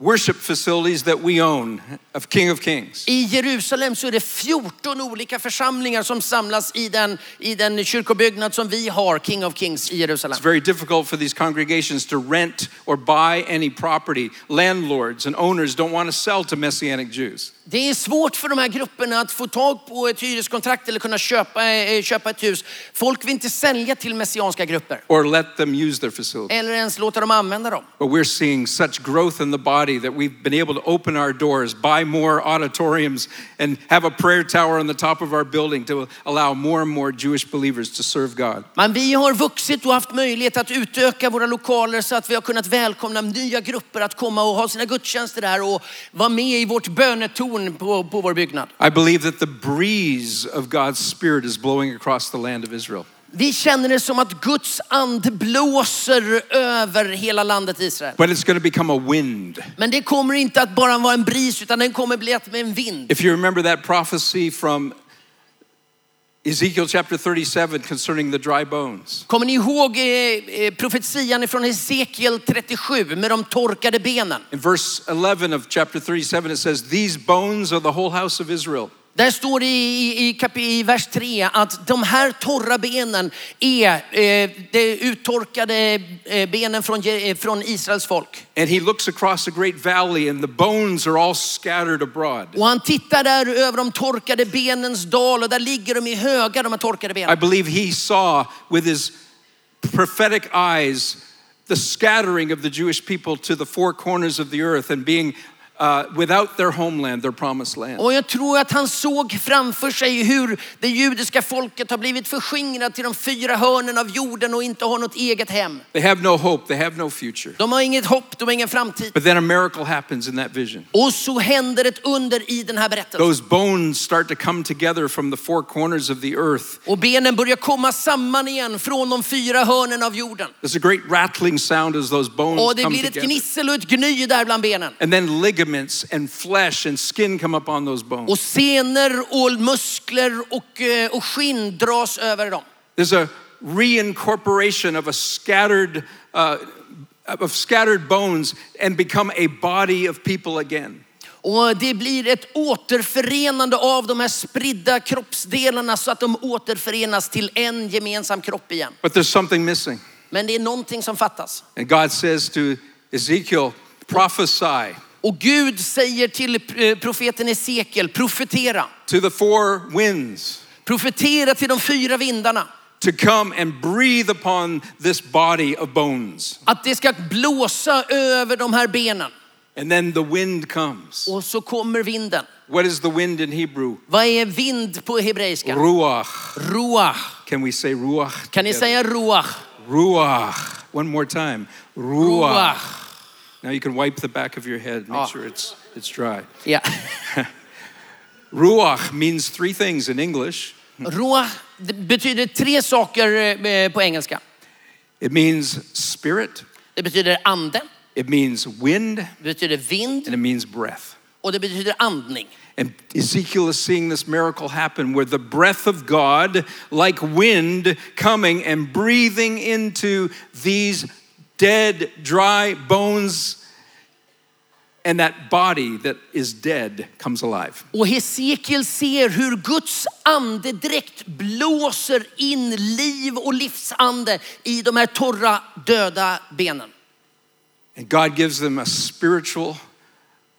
Speaker 1: worship facilities that we own of King of Kings.
Speaker 2: I Jerusalem så är det 14 olika församlingar som samlas i den, i den kyrkobyggnad som vi har, King of Kings i Jerusalem.
Speaker 1: It's very difficult for these congregations to rent or buy any property. Landlords and owners don't want to sell to Messianic Jews.
Speaker 2: Det är svårt för de här grupperna att få tag på ett hyreskontrakt eller kunna köpa, eh, köpa ett hus. Folk vill inte sälja till messianska grupper
Speaker 1: Or let them use their facilities.
Speaker 2: eller ens låta dem använda dem.
Speaker 1: But we're seeing such growth in the body that we've been able to open our doors, buy more auditoriums, and have a prayer tower on the top of our building to allow more and more Jewish believers to serve God.
Speaker 2: Men vi har vuxit och haft möjlighet att utöka våra lokaler så att vi har kunnat välkomna nya grupper att komma och ha sina gudstjänster där och vara med i vårt bönetorn på, på vår byggnad.
Speaker 1: I believe that the breeze of God's Spirit is blowing across the land of Israel.
Speaker 2: Vi känner det som att Guds ande blåser över hela landet Israel.
Speaker 1: But it's going to become a wind.
Speaker 2: Men det kommer inte att bara vara en bris utan den kommer bli att med en vind.
Speaker 1: If you remember that prophecy from Ezekiel chapter 37 concerning the dry bones,
Speaker 2: Kommer ni ihåg eh, eh, profetian från Hesekiel 37 med de torkade benen?
Speaker 1: in verse 11 of chapter 37, it says, These bones are the whole house of Israel.
Speaker 2: Där står det i, i, i, kap- i vers 3 att de här torra benen är eh, de uttorkade eh, benen från, Je- eh, från Israels folk.
Speaker 1: And he looks across a great valley, and the bones are all scattered abroad.
Speaker 2: Och han tittar där över de torkade benens dal och där ligger de i högar de här torkade
Speaker 1: I
Speaker 2: benen.
Speaker 1: believe he saw with his prophetic eyes the scattering of the Jewish people to the four corners of the earth and being uh, without their homeland, their promised land.
Speaker 2: Och jag tror att han såg framför sig hur det judiska folket har blivit förskingrat till de fyra hörnen av jorden och inte har något eget hem.
Speaker 1: They have no hope, they have no future.
Speaker 2: De har inget hopp, de har ingen framtid.
Speaker 1: But then a miracle happens in that vision.
Speaker 2: Och så händer ett under i den här berättelsen.
Speaker 1: Those bones start to come together from the four corners of the earth.
Speaker 2: Och benen börjar komma samman igen från de fyra hörnen av jorden.
Speaker 1: There's a great rattling sound as those bones
Speaker 2: Och det
Speaker 1: come
Speaker 2: blir ett
Speaker 1: together.
Speaker 2: gnissel och ett gny där bland benen.
Speaker 1: And then ligaments and flesh and skin come up on those bones.
Speaker 2: Och senor och muskler och, eh, och skinn dras över dem.
Speaker 1: There's a reincorporation of a scattered uh, of scattered bones and become a body of people again.
Speaker 2: Och det blir ett återförenande av de här spridda kroppsdelarna så att de återförenas till en gemensam kropp igen.
Speaker 1: But there's something missing.
Speaker 2: Men det är någonting som fattas.
Speaker 1: And God says to Ezekiel, prophesy
Speaker 2: Och Gud säger till eh, profeten Esekiel, profetera.
Speaker 1: to the four winds
Speaker 2: Profetera till de fyra vindarna.
Speaker 1: to come and breathe upon this body of bones.
Speaker 2: Att det ska blåsa över de här benen.
Speaker 1: And then the wind comes.
Speaker 2: Och så kommer vinden.
Speaker 1: What is the wind in Hebrew?
Speaker 2: Vad är vind på hebreiska?
Speaker 1: Ruach.
Speaker 2: Ruach.
Speaker 1: Can we say ruach?
Speaker 2: Kan ni
Speaker 1: together?
Speaker 2: säga ruach?
Speaker 1: Ruach. One more time. Ruach. Now you can wipe the back of your head, make sure it's, it's dry.
Speaker 2: Yeah.
Speaker 1: Ruach means three things in English
Speaker 2: Ruach det betyder tre saker eh, på engelska.
Speaker 1: it means spirit,
Speaker 2: Det betyder ande,
Speaker 1: it means wind,
Speaker 2: det betyder vind
Speaker 1: and it means breath.
Speaker 2: och det betyder andning.
Speaker 1: And Ezekiel is seeing this miracle happen where the breath of God, like wind, coming and breathing into these dead, dry bones, and that body that is dead comes alive.
Speaker 2: Och Hesekiel ser hur Guds andedräkt blåser in liv och livsande i de här torra, döda benen.
Speaker 1: And God gives them a spiritual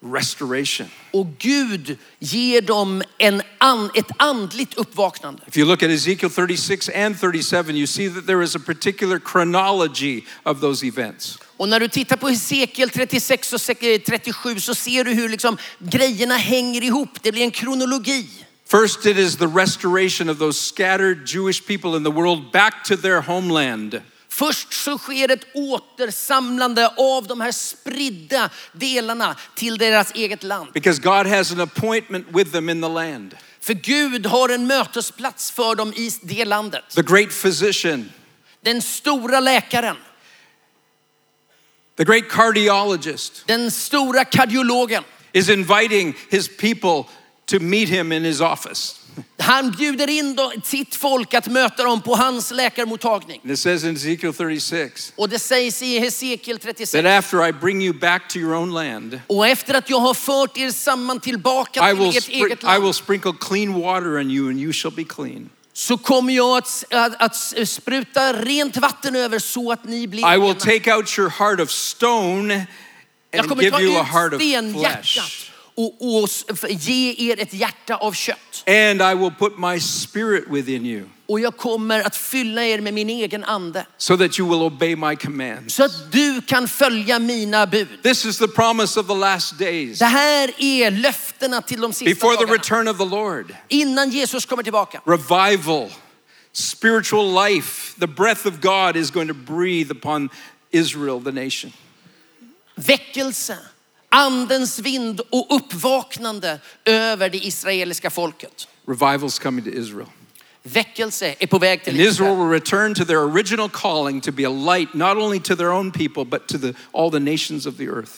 Speaker 1: restoration.
Speaker 2: Och Gud ger dem en an, ett andligt uppvaknande.
Speaker 1: If you look at Ezekiel 36 and 37, you see that there is a particular chronology of those events.
Speaker 2: Och när du tittar på Hesekiel 36 och sek- 37 så ser du hur liksom grejerna hänger ihop. Det blir en kronologi.
Speaker 1: First, it is the restoration of those scattered Jewish people in the world back to their homeland.
Speaker 2: Först så sker ett återsamlande av de här spridda delarna till deras eget land.
Speaker 1: Because God has an appointment with them in the land.
Speaker 2: För Gud har en mötesplats för dem i det landet.
Speaker 1: The great physician,
Speaker 2: Den stora läkaren,
Speaker 1: the great cardiologist,
Speaker 2: den stora kardiologen.
Speaker 1: is inviting his people to meet him in his office.
Speaker 2: Han bjuder in då- sitt folk att möta dem på hans läkarmottagning.
Speaker 1: And it says in Ezekiel 36
Speaker 2: Och det sägs i Hesekiel
Speaker 1: that
Speaker 2: 36.
Speaker 1: after I bring you back to your own land,
Speaker 2: Och efter att jag har fört er samman
Speaker 1: I
Speaker 2: tillbaka till
Speaker 1: will,
Speaker 2: ert
Speaker 1: spri-
Speaker 2: eget
Speaker 1: I
Speaker 2: land
Speaker 1: will sprinkle clean water on you, and you shall be clean.
Speaker 2: så kommer jag att, att, att spruta rent vatten över så att ni blir
Speaker 1: I will
Speaker 2: rena.
Speaker 1: take out your heart of stone
Speaker 2: Jag
Speaker 1: and
Speaker 2: kommer
Speaker 1: give you a
Speaker 2: ta
Speaker 1: heart
Speaker 2: ut
Speaker 1: of flesh.
Speaker 2: stenhjärtat och, och s- f- ge er ett hjärta av kött.
Speaker 1: And I will put my spirit within you
Speaker 2: Och jag kommer att fylla er med min egen ande.
Speaker 1: so that you will obey my commands.
Speaker 2: Så att du kan följa mina bud.
Speaker 1: This is the promise of the last days
Speaker 2: Det här är löftena till de sista
Speaker 1: before the
Speaker 2: dagarna.
Speaker 1: return of the Lord.
Speaker 2: Innan Jesus kommer tillbaka.
Speaker 1: Revival, spiritual life, the breath of God is going to breathe upon Israel, the nation.
Speaker 2: Väckelse, andens vind och uppvaknande över det israeliska folket.
Speaker 1: Revival's coming to Israel.
Speaker 2: Väckelse är på väg till
Speaker 1: And Israel
Speaker 2: Israel.
Speaker 1: will return to their original calling to be a light, not only to their own people, but to the, all the nations of the earth.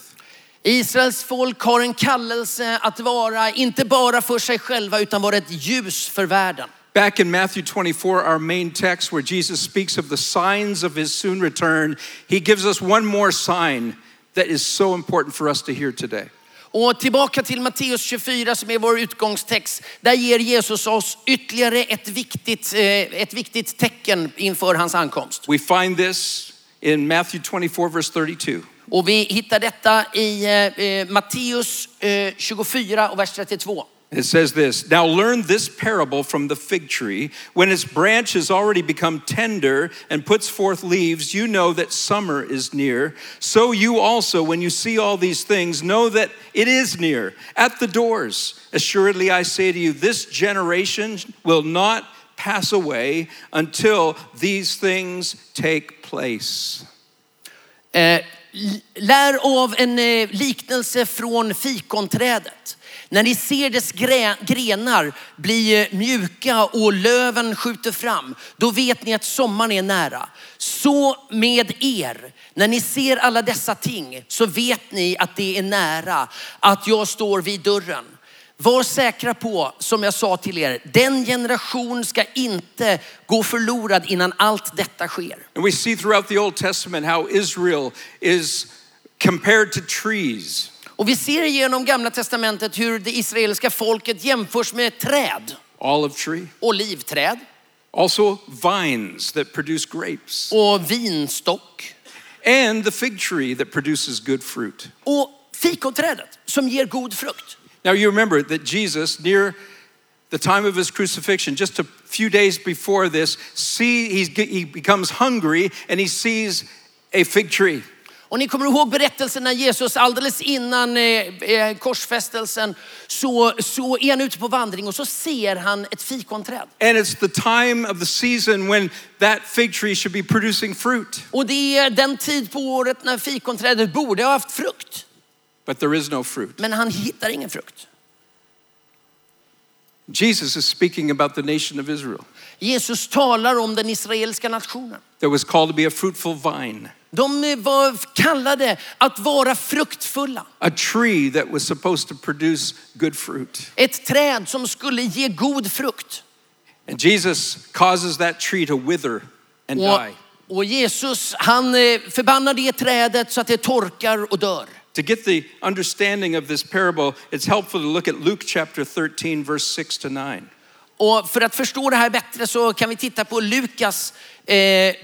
Speaker 2: Israels folk har en kallelse att vara, inte bara för sig själva, utan vara ett ljus för världen.
Speaker 1: Back in Matthew 24, our main text where Jesus speaks of the signs of his soon return, he gives us one more sign that is so important for us to hear today.
Speaker 2: Och tillbaka till Matteus 24 som är vår utgångstext. Där ger Jesus oss ytterligare ett viktigt, eh, ett viktigt tecken inför hans ankomst.
Speaker 1: We find this in Matthew 24, verse 32.
Speaker 2: Och vi hittar detta i eh, eh, Matteus eh, 24 och vers 32.
Speaker 1: It says this Now learn this parable from the fig tree. When its branch has already become tender and puts forth leaves, you know that summer is near. So you also, when you see all these things, know that it is near, at the doors. Assuredly, I say to you, this generation will not pass away until these things take place.
Speaker 2: Eh, l- lär av en eh, liknelse från fikonträdet. När ni ser dess grä- grenar bli eh, mjuka och löven skjuter fram, då vet ni att sommaren är nära. Så med er, när ni ser alla dessa ting, så vet ni att det är nära, att jag står vid dörren. Var säkra på, som jag sa till er, den generation ska inte gå förlorad innan allt detta sker.
Speaker 1: And we see throughout the Old Testament how Israel is compared to trees.
Speaker 2: Och vi ser genom gamla testamentet hur det israeliska folket jämförs med träd,
Speaker 1: olive tree,
Speaker 2: olivträd
Speaker 1: also vines that produce grapes,
Speaker 2: och vinstock
Speaker 1: and the fig tree that produces good fruit.
Speaker 2: och fikonträdet som ger god frukt.
Speaker 1: Now you remember that Jesus, near the time of his crucifixion, just a few days before this, see he's, he becomes hungry and he sees a fig tree.
Speaker 2: Och ni kommer ihåg berättelsen när Jesus alldeles innan eh, eh, korsfästelsen så, så är han ute på vandring och så ser han ett fikonträd.
Speaker 1: And it's the time of the season when that fig tree should be producing fruit,
Speaker 2: Och det är den tid på året när fikonträdet borde ha haft frukt.
Speaker 1: but there is no fruit.
Speaker 2: Men han hittar ingen frukt.
Speaker 1: Jesus is speaking about the nation of Israel
Speaker 2: Jesus talar om den israeliska nationen.
Speaker 1: that was called to be a fruitful vine,
Speaker 2: De var kallade att vara fruktfulla.
Speaker 1: a tree that was supposed to produce good fruit.
Speaker 2: Ett träd som skulle ge god frukt.
Speaker 1: And Jesus causes that tree to wither and die.
Speaker 2: Och, och Jesus han eh, förbannar det trädet så att det torkar och dör.
Speaker 1: To get the understanding of this parable, it's helpful to look at Luke chapter 13, verse 6 to 9.
Speaker 2: Och för att förstå det här bättre så kan vi titta på Lukas, eh, eh,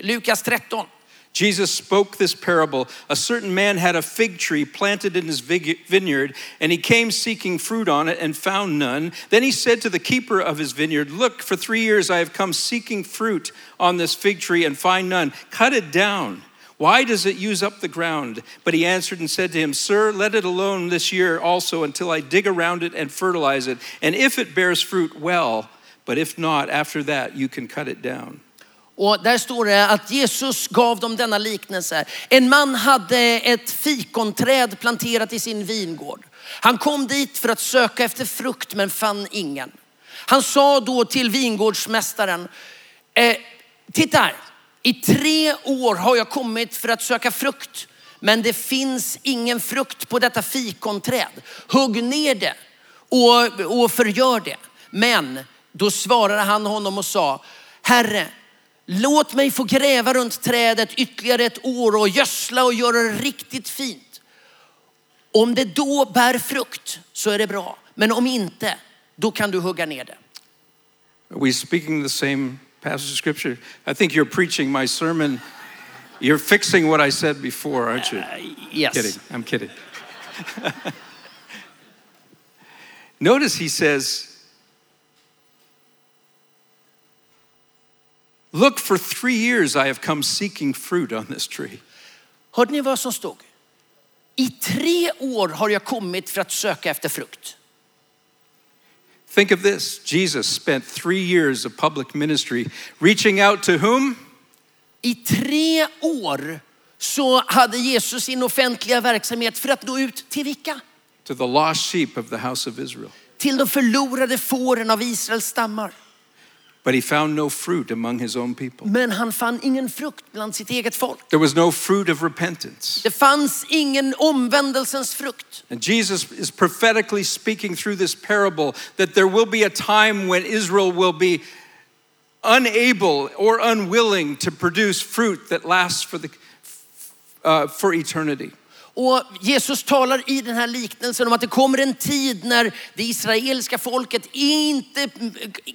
Speaker 2: Lukas 13.
Speaker 1: Jesus spoke this parable. A certain man had a fig tree planted in his vig- vineyard, and he came seeking fruit on it and found none. Then he said to the keeper of his vineyard, Look, for three years I have come seeking fruit on this fig tree and find none. Cut it down. Why does it use up the ground? But he answered and said to him, Sir, let it alone this year also until I dig around it and fertilize it. And if it bears fruit, well, but if not, after that you can cut it down.
Speaker 2: Och där står det att Jesus gav dem denna liknelse. En man hade ett fikonträd planterat i sin vingård. Han kom dit för att söka efter frukt men fann ingen. Han sa då till vingårdsmästaren, eh, titta här, i tre år har jag kommit för att söka frukt men det finns ingen frukt på detta fikonträd. Hugg ner det och, och förgör det. Men då svarade han honom och sa, Herre, Låt mig få gräva runt trädet ytterligare ett år och gödsla och göra det riktigt fint. Om det då bär frukt så är det bra, men om inte, då kan du hugga ner det.
Speaker 1: Are we speaking the same passage of scripture? I think you're preaching my sermon. You're fixing what I said before, aren't you?
Speaker 2: yes.
Speaker 1: Kidding. I'm kidding. Notice he says, Look, for three years I have come seeking fruit on this tree.
Speaker 2: Hörde ni vad som stod? I tre år har jag kommit för att söka efter frukt.
Speaker 1: Think of this Jesus spent three years of public ministry reaching out to whom?
Speaker 2: I tre år så hade Jesus sin offentliga verksamhet för att nå ut till vilka?
Speaker 1: To the lost sheep of the house of Israel.
Speaker 2: Till de förlorade fåren av Israels stammar.
Speaker 1: But he found no fruit among his own people.
Speaker 2: Men han fann ingen frukt bland sitt eget folk.
Speaker 1: There was no fruit of repentance.
Speaker 2: Det fanns ingen omvändelsens frukt.
Speaker 1: And Jesus is prophetically speaking through this parable that there will be a time when Israel will be unable or unwilling to produce fruit that lasts for, the, uh, for eternity.
Speaker 2: Och Jesus talar i den här liknelsen om att det kommer en tid när det israeliska folket inte är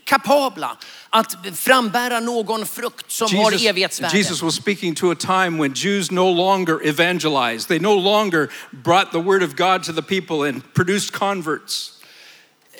Speaker 2: kapabla att frambära någon frukt som har evighetsvärde.
Speaker 1: Jesus was speaking to a time when Jews no longer evangelized. They no longer brought the word of God to the people and produced converts.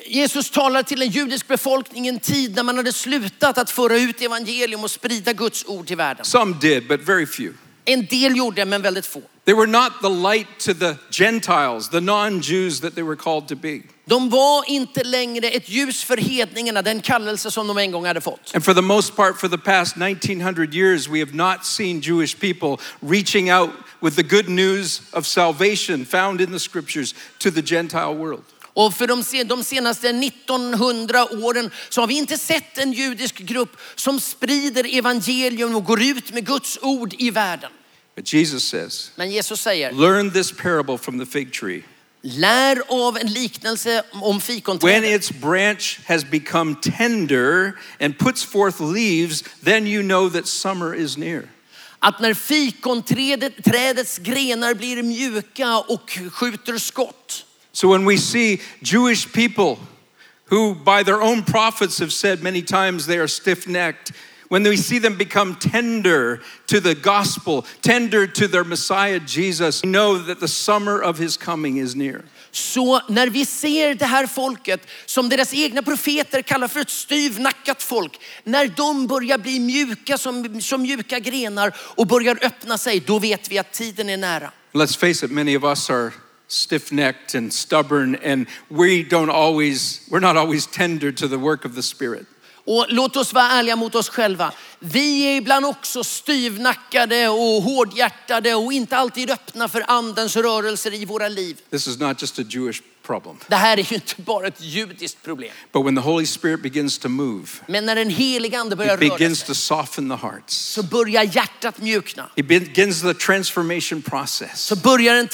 Speaker 2: Jesus talar till en judisk befolkning i en tid när man hade slutat att föra ut evangelium och sprida Guds ord till världen.
Speaker 1: Some did, but very few.
Speaker 2: En del gjorde men väldigt få.
Speaker 1: They were not the light to the Gentiles, the non Jews that they were called to be.
Speaker 2: De var inte längre ett ljus för hedningarna, den kallelse som de en gång hade fått.
Speaker 1: And for the most part, for the past 1900 years, we have not seen Jewish people reaching out with the good news of salvation found in the scriptures to the Gentile world.
Speaker 2: Och för de, se- de senaste 1900 åren så har vi inte sett en judisk grupp som sprider evangelium och går ut med Guds ord i världen.
Speaker 1: But Jesus says,
Speaker 2: Men Jesus säger,
Speaker 1: Learn this parable from the fig tree.
Speaker 2: lär av en liknelse om
Speaker 1: When
Speaker 2: fikonträdet.
Speaker 1: its branch has become tender and puts forth leaves, then you know that summer is near.
Speaker 2: Att när fikonträdet- trädets grenar blir mjuka och skjuter skott.
Speaker 1: So when we see Jewish people who, by their own prophets, have said many times they are stiff necked, when we see them become tender to the gospel, tender to their Messiah Jesus, we know that the summer of his coming is near.
Speaker 2: Så när vi ser det här folket som deras egna profeter kallar för ett styvnackat folk, när de börjar bli mjuka som, som mjuka grenar och börjar öppna sig, då vet vi att tiden är nära.
Speaker 1: Let's face it, many of us are stiff necked and stubborn, and we don't always, we're not always tender to the work of the Spirit.
Speaker 2: Och låt oss vara ärliga mot oss själva. Vi är ibland också styvnackade och hårdhjärtade och inte alltid öppna för andens rörelser i våra liv.
Speaker 1: This is not just a Jewish problem.
Speaker 2: Det här är ju inte bara ett judiskt problem.
Speaker 1: But when the Holy Spirit begins to move,
Speaker 2: Men när den helige ande
Speaker 1: He
Speaker 2: börjar röra
Speaker 1: begins
Speaker 2: sig
Speaker 1: to soften the hearts.
Speaker 2: så börjar hjärtat mjukna.
Speaker 1: He begins the transformation process.
Speaker 2: Så börjar en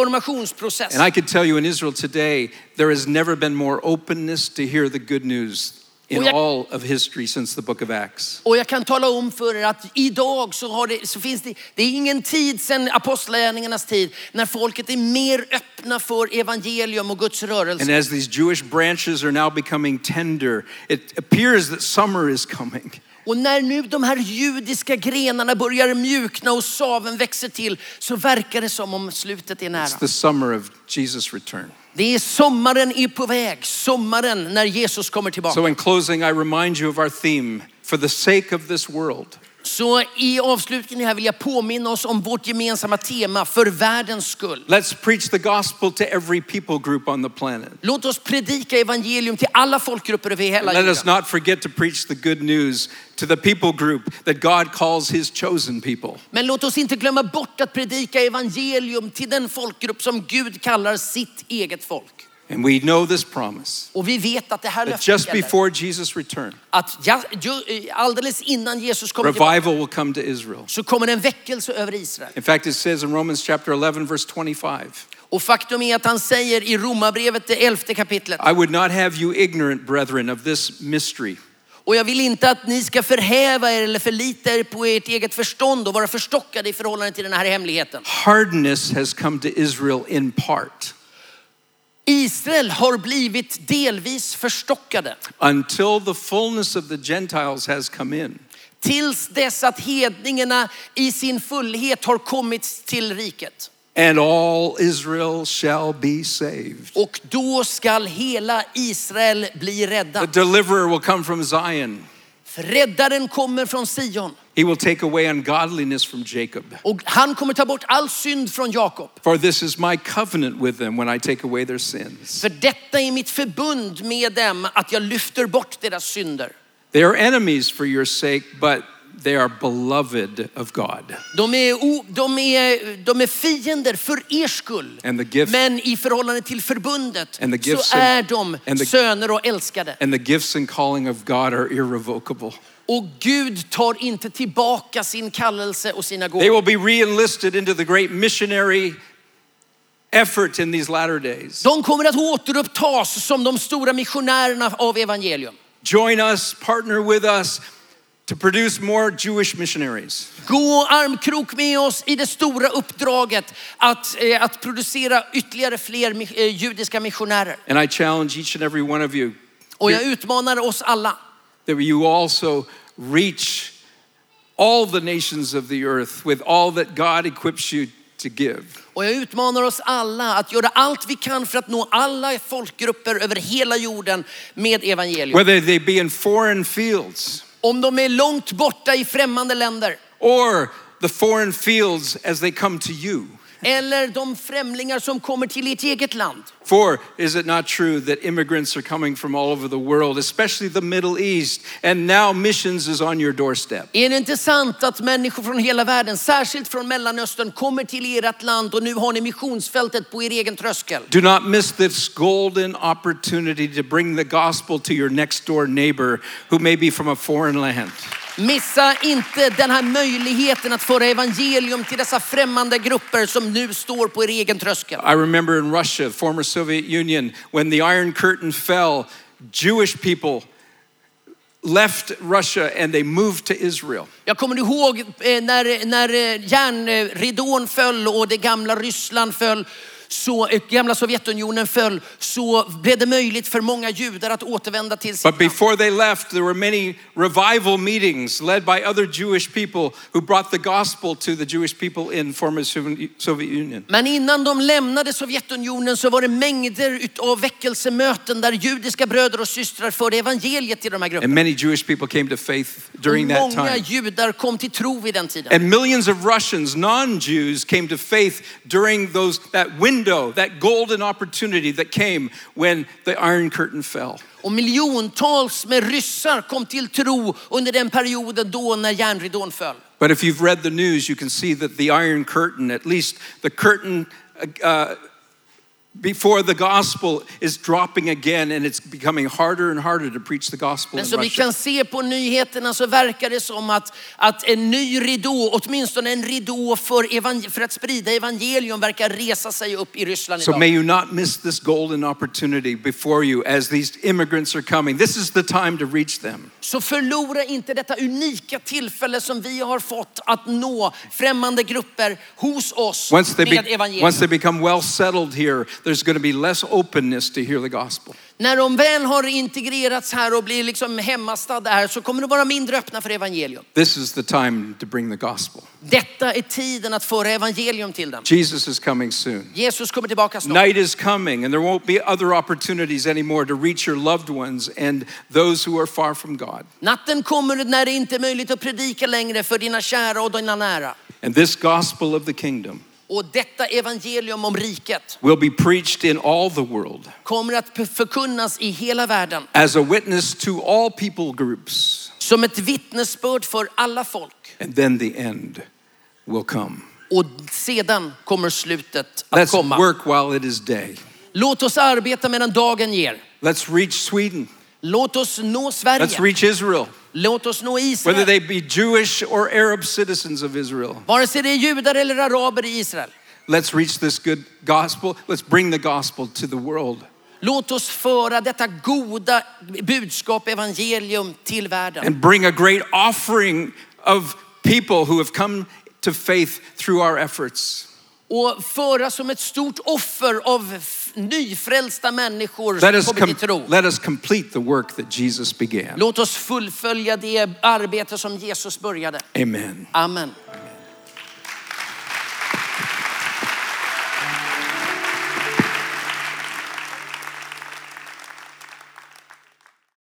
Speaker 2: transformationsprocess.
Speaker 1: And I could tell you in Israel today, there has never been more openness to hear the good news in
Speaker 2: Well, yeah.
Speaker 1: all of history since the book of Acts.
Speaker 2: Och jag kan tala om för er att idag så, har det, så finns det, det är ingen tid sedan apostlagärningarnas tid när folket är mer öppna för evangelium och Guds
Speaker 1: And
Speaker 2: rörelse.
Speaker 1: as these Jewish branches are now becoming tender, it appears that summer is coming.
Speaker 2: Och när nu de här judiska grenarna börjar mjukna och saven växer till så verkar det som om slutet är
Speaker 1: It's the
Speaker 2: nära.
Speaker 1: summer of Jesus' return.
Speaker 2: Det är sommaren är på väg, sommaren när Jesus kommer
Speaker 1: So,
Speaker 2: tillbaka.
Speaker 1: in closing, I remind you of our theme for the sake of this world.
Speaker 2: Så i avslutningen här vill jag påminna oss om vårt gemensamma tema för världens skull.
Speaker 1: Let's preach the gospel to every people group on the planet.
Speaker 2: Låt oss predika evangelium till alla folkgrupper över hela
Speaker 1: Let
Speaker 2: jorden.
Speaker 1: us not forget to preach the good news to the people group that God calls his chosen people.
Speaker 2: Men låt oss inte glömma bort att predika evangelium till den folkgrupp som Gud kallar sitt eget folk.
Speaker 1: And we know this promise
Speaker 2: Och vi vet att det här
Speaker 1: that
Speaker 2: löftet
Speaker 1: just
Speaker 2: gäller.
Speaker 1: before Jesus' return,
Speaker 2: Att ja- ju- eh, alldeles innan Jesus kommer tillbaka
Speaker 1: revival will come to Israel.
Speaker 2: så kommer en väckelse över Israel.
Speaker 1: In fact, it says in Romans chapter 11, verse 25,
Speaker 2: Och faktum är att han säger i Romarbrevet det elfte kapitlet.
Speaker 1: I would not have you ignorant, brethren, of this mystery,
Speaker 2: Och jag vill inte att ni ska förhäva er eller förlita er på ert eget förstånd och vara förstockade i förhållande till den här hemligheten.
Speaker 1: hardness has come to Israel in part
Speaker 2: Israel har blivit delvis förstockade.
Speaker 1: until the fullness of the Gentiles has come in.
Speaker 2: Tills dess att hedningarna i sin fullhet har kommit till riket.
Speaker 1: And all Israel shall be saved.
Speaker 2: Och då skall hela Israel bli
Speaker 1: The
Speaker 2: rädda.
Speaker 1: deliverer will come from Zion.
Speaker 2: För Räddaren kommer från Sion
Speaker 1: He will take away ungodliness from Jacob.
Speaker 2: och han kommer ta bort all synd från Jakob.
Speaker 1: For this is my covenant with them when I take away their sins.
Speaker 2: För detta är mitt förbund med dem att jag lyfter bort deras synder.
Speaker 1: They are enemies for your sake, but they are beloved of God.
Speaker 2: De är, o, de är, de är fiender för er skull.
Speaker 1: And the gift
Speaker 2: Men i förhållande till förbundet
Speaker 1: And the gifts
Speaker 2: så
Speaker 1: and-
Speaker 2: är de
Speaker 1: and the-
Speaker 2: söner och älskade.
Speaker 1: and the gifts and calling of God are irrevocable.
Speaker 2: Och Gud tar inte tillbaka sin kallelse och sina
Speaker 1: They
Speaker 2: gåvor.
Speaker 1: will be re-enlisted into the great missionary effort in these latter days.
Speaker 2: De kommer att återupptas som de stora missionärerna av evangelium.
Speaker 1: Join us, partner with us, to produce more Jewish missionaries.
Speaker 2: Gå armkrok med oss i det stora uppdraget att, eh, att producera ytterligare fler mi- eh, judiska missionärer.
Speaker 1: And I challenge each and every one of you
Speaker 2: Och jag utmanar oss alla
Speaker 1: that you also reach all the nations of the earth with all that God equips you to give.
Speaker 2: och jag utmanar oss alla att göra allt vi kan för att nå alla folkgrupper över hela jorden med evangelium.
Speaker 1: Whether they be in foreign fields
Speaker 2: Om de är långt borta i främmande länder
Speaker 1: or the foreign fields as they come to you.
Speaker 2: eller de främlingar som kommer till ert eget land.
Speaker 1: For is it not true that immigrants are coming from all over the world, especially the Middle East, and now missions is on your doorstep?
Speaker 2: Är det inte sant att människor från hela världen, särskilt från Mellanöstern, kommer till ert land och nu har ni missionsfältet på er egen tröskel?
Speaker 1: Do not miss this golden opportunity to bring the gospel to your next door neighbor who may be from a foreign land.
Speaker 2: Missa inte den här möjligheten att föra evangelium till dessa främmande grupper som nu står på er egen tröskel.
Speaker 1: I remember in Russia, former Soviet Union, when the Iron Curtain fell, Jewish people left Russia and they moved to Israel.
Speaker 2: Jag kommer ihåg eh, när, när eh, järnridån föll och det gamla Ryssland föll, så, eh, gamla Sovjetunionen föll, så blev det möjligt för många judar att återvända till sitt
Speaker 1: But before they left, there were many revival meetings led by other Jewish people who brought the gospel to the Jewish people in former Sov- Soviet Union.
Speaker 2: Men innan de lämnade Sovjetunionen så var det mängder av väckelsemöten där judiska bröder och systrar förde evangeliet till de här
Speaker 1: And
Speaker 2: grupperna.
Speaker 1: many Jewish people came to faith
Speaker 2: Och
Speaker 1: during that
Speaker 2: många
Speaker 1: time.
Speaker 2: judar kom till tro vid den tiden.
Speaker 1: And millions of Russians, non Jews, came to faith during those, that window, that golden opportunity that came when the Iron Curtain fell.
Speaker 2: Och miljontals med ryssar kom till tro under den perioden då när järnridån föll.
Speaker 1: But if you've read the news, you can see that the Iron Curtain, at least the curtain uh, before the gospel, is dropping again and it's becoming harder and harder to preach the gospel
Speaker 2: Men
Speaker 1: in
Speaker 2: som vi
Speaker 1: Russia.
Speaker 2: kan se på nyheterna så verkar det som att, att en ny ridå, åtminstone en ridå för, evan- för att sprida evangelium verkar resa sig upp i Ryssland
Speaker 1: So may
Speaker 2: idag.
Speaker 1: you not miss this golden opportunity before you as these immigrants are coming. This is the time to reach them.
Speaker 2: Så förlora inte detta unika tillfälle som vi har fått att nå främmande grupper hos oss
Speaker 1: Once they,
Speaker 2: med
Speaker 1: be, once they
Speaker 2: evangelium.
Speaker 1: become well settled here, there's going to be less openness to hear the gospel.
Speaker 2: När de väl har integrerats här och blir liksom hemmastadda här så kommer de vara mindre öppna för evangelium.
Speaker 1: This is the time to bring the gospel.
Speaker 2: Detta är tiden att föra evangelium till dem.
Speaker 1: Jesus is coming soon.
Speaker 2: Jesus kommer tillbaka snart.
Speaker 1: Night is coming, and there won't be other opportunities anymore to reach your loved ones and those who are far from God.
Speaker 2: Natten kommer när det inte är möjligt att predika längre för dina kära och dina nära.
Speaker 1: And this gospel of the kingdom
Speaker 2: Och detta evangelium om riket
Speaker 1: will be preached in all the world
Speaker 2: kommer att förkunnas i hela världen
Speaker 1: as a witness to all people groups.
Speaker 2: som ett vittnesbörd för alla folk.
Speaker 1: And then the end will come.
Speaker 2: Och sedan kommer slutet att
Speaker 1: Let's
Speaker 2: komma.
Speaker 1: work while it is day.
Speaker 2: Låt oss arbeta medan dagen ger.
Speaker 1: Let's reach Sweden.
Speaker 2: Låt oss nå
Speaker 1: Let's
Speaker 2: Sverige.
Speaker 1: reach Israel,
Speaker 2: Låt oss nå
Speaker 1: whether
Speaker 2: Israel.
Speaker 1: they be Jewish or Arab citizens of Israel.
Speaker 2: Vare sig det är judar eller araber i Israel.
Speaker 1: Let's reach this good gospel. Let's bring the gospel to the world.
Speaker 2: Låt oss föra detta goda budskap, evangelium, till världen.
Speaker 1: and bring a great offering of people who have come to faith through our efforts.
Speaker 2: Och föra som ett stort offer av f- nyfrälsta människor
Speaker 1: Let
Speaker 2: som
Speaker 1: us,
Speaker 2: kommer
Speaker 1: com-
Speaker 2: till tro.
Speaker 1: let us complete the work that Jesus began.
Speaker 2: Låt oss fullfölja det arbete som Jesus började.
Speaker 1: Amen.
Speaker 2: Amen.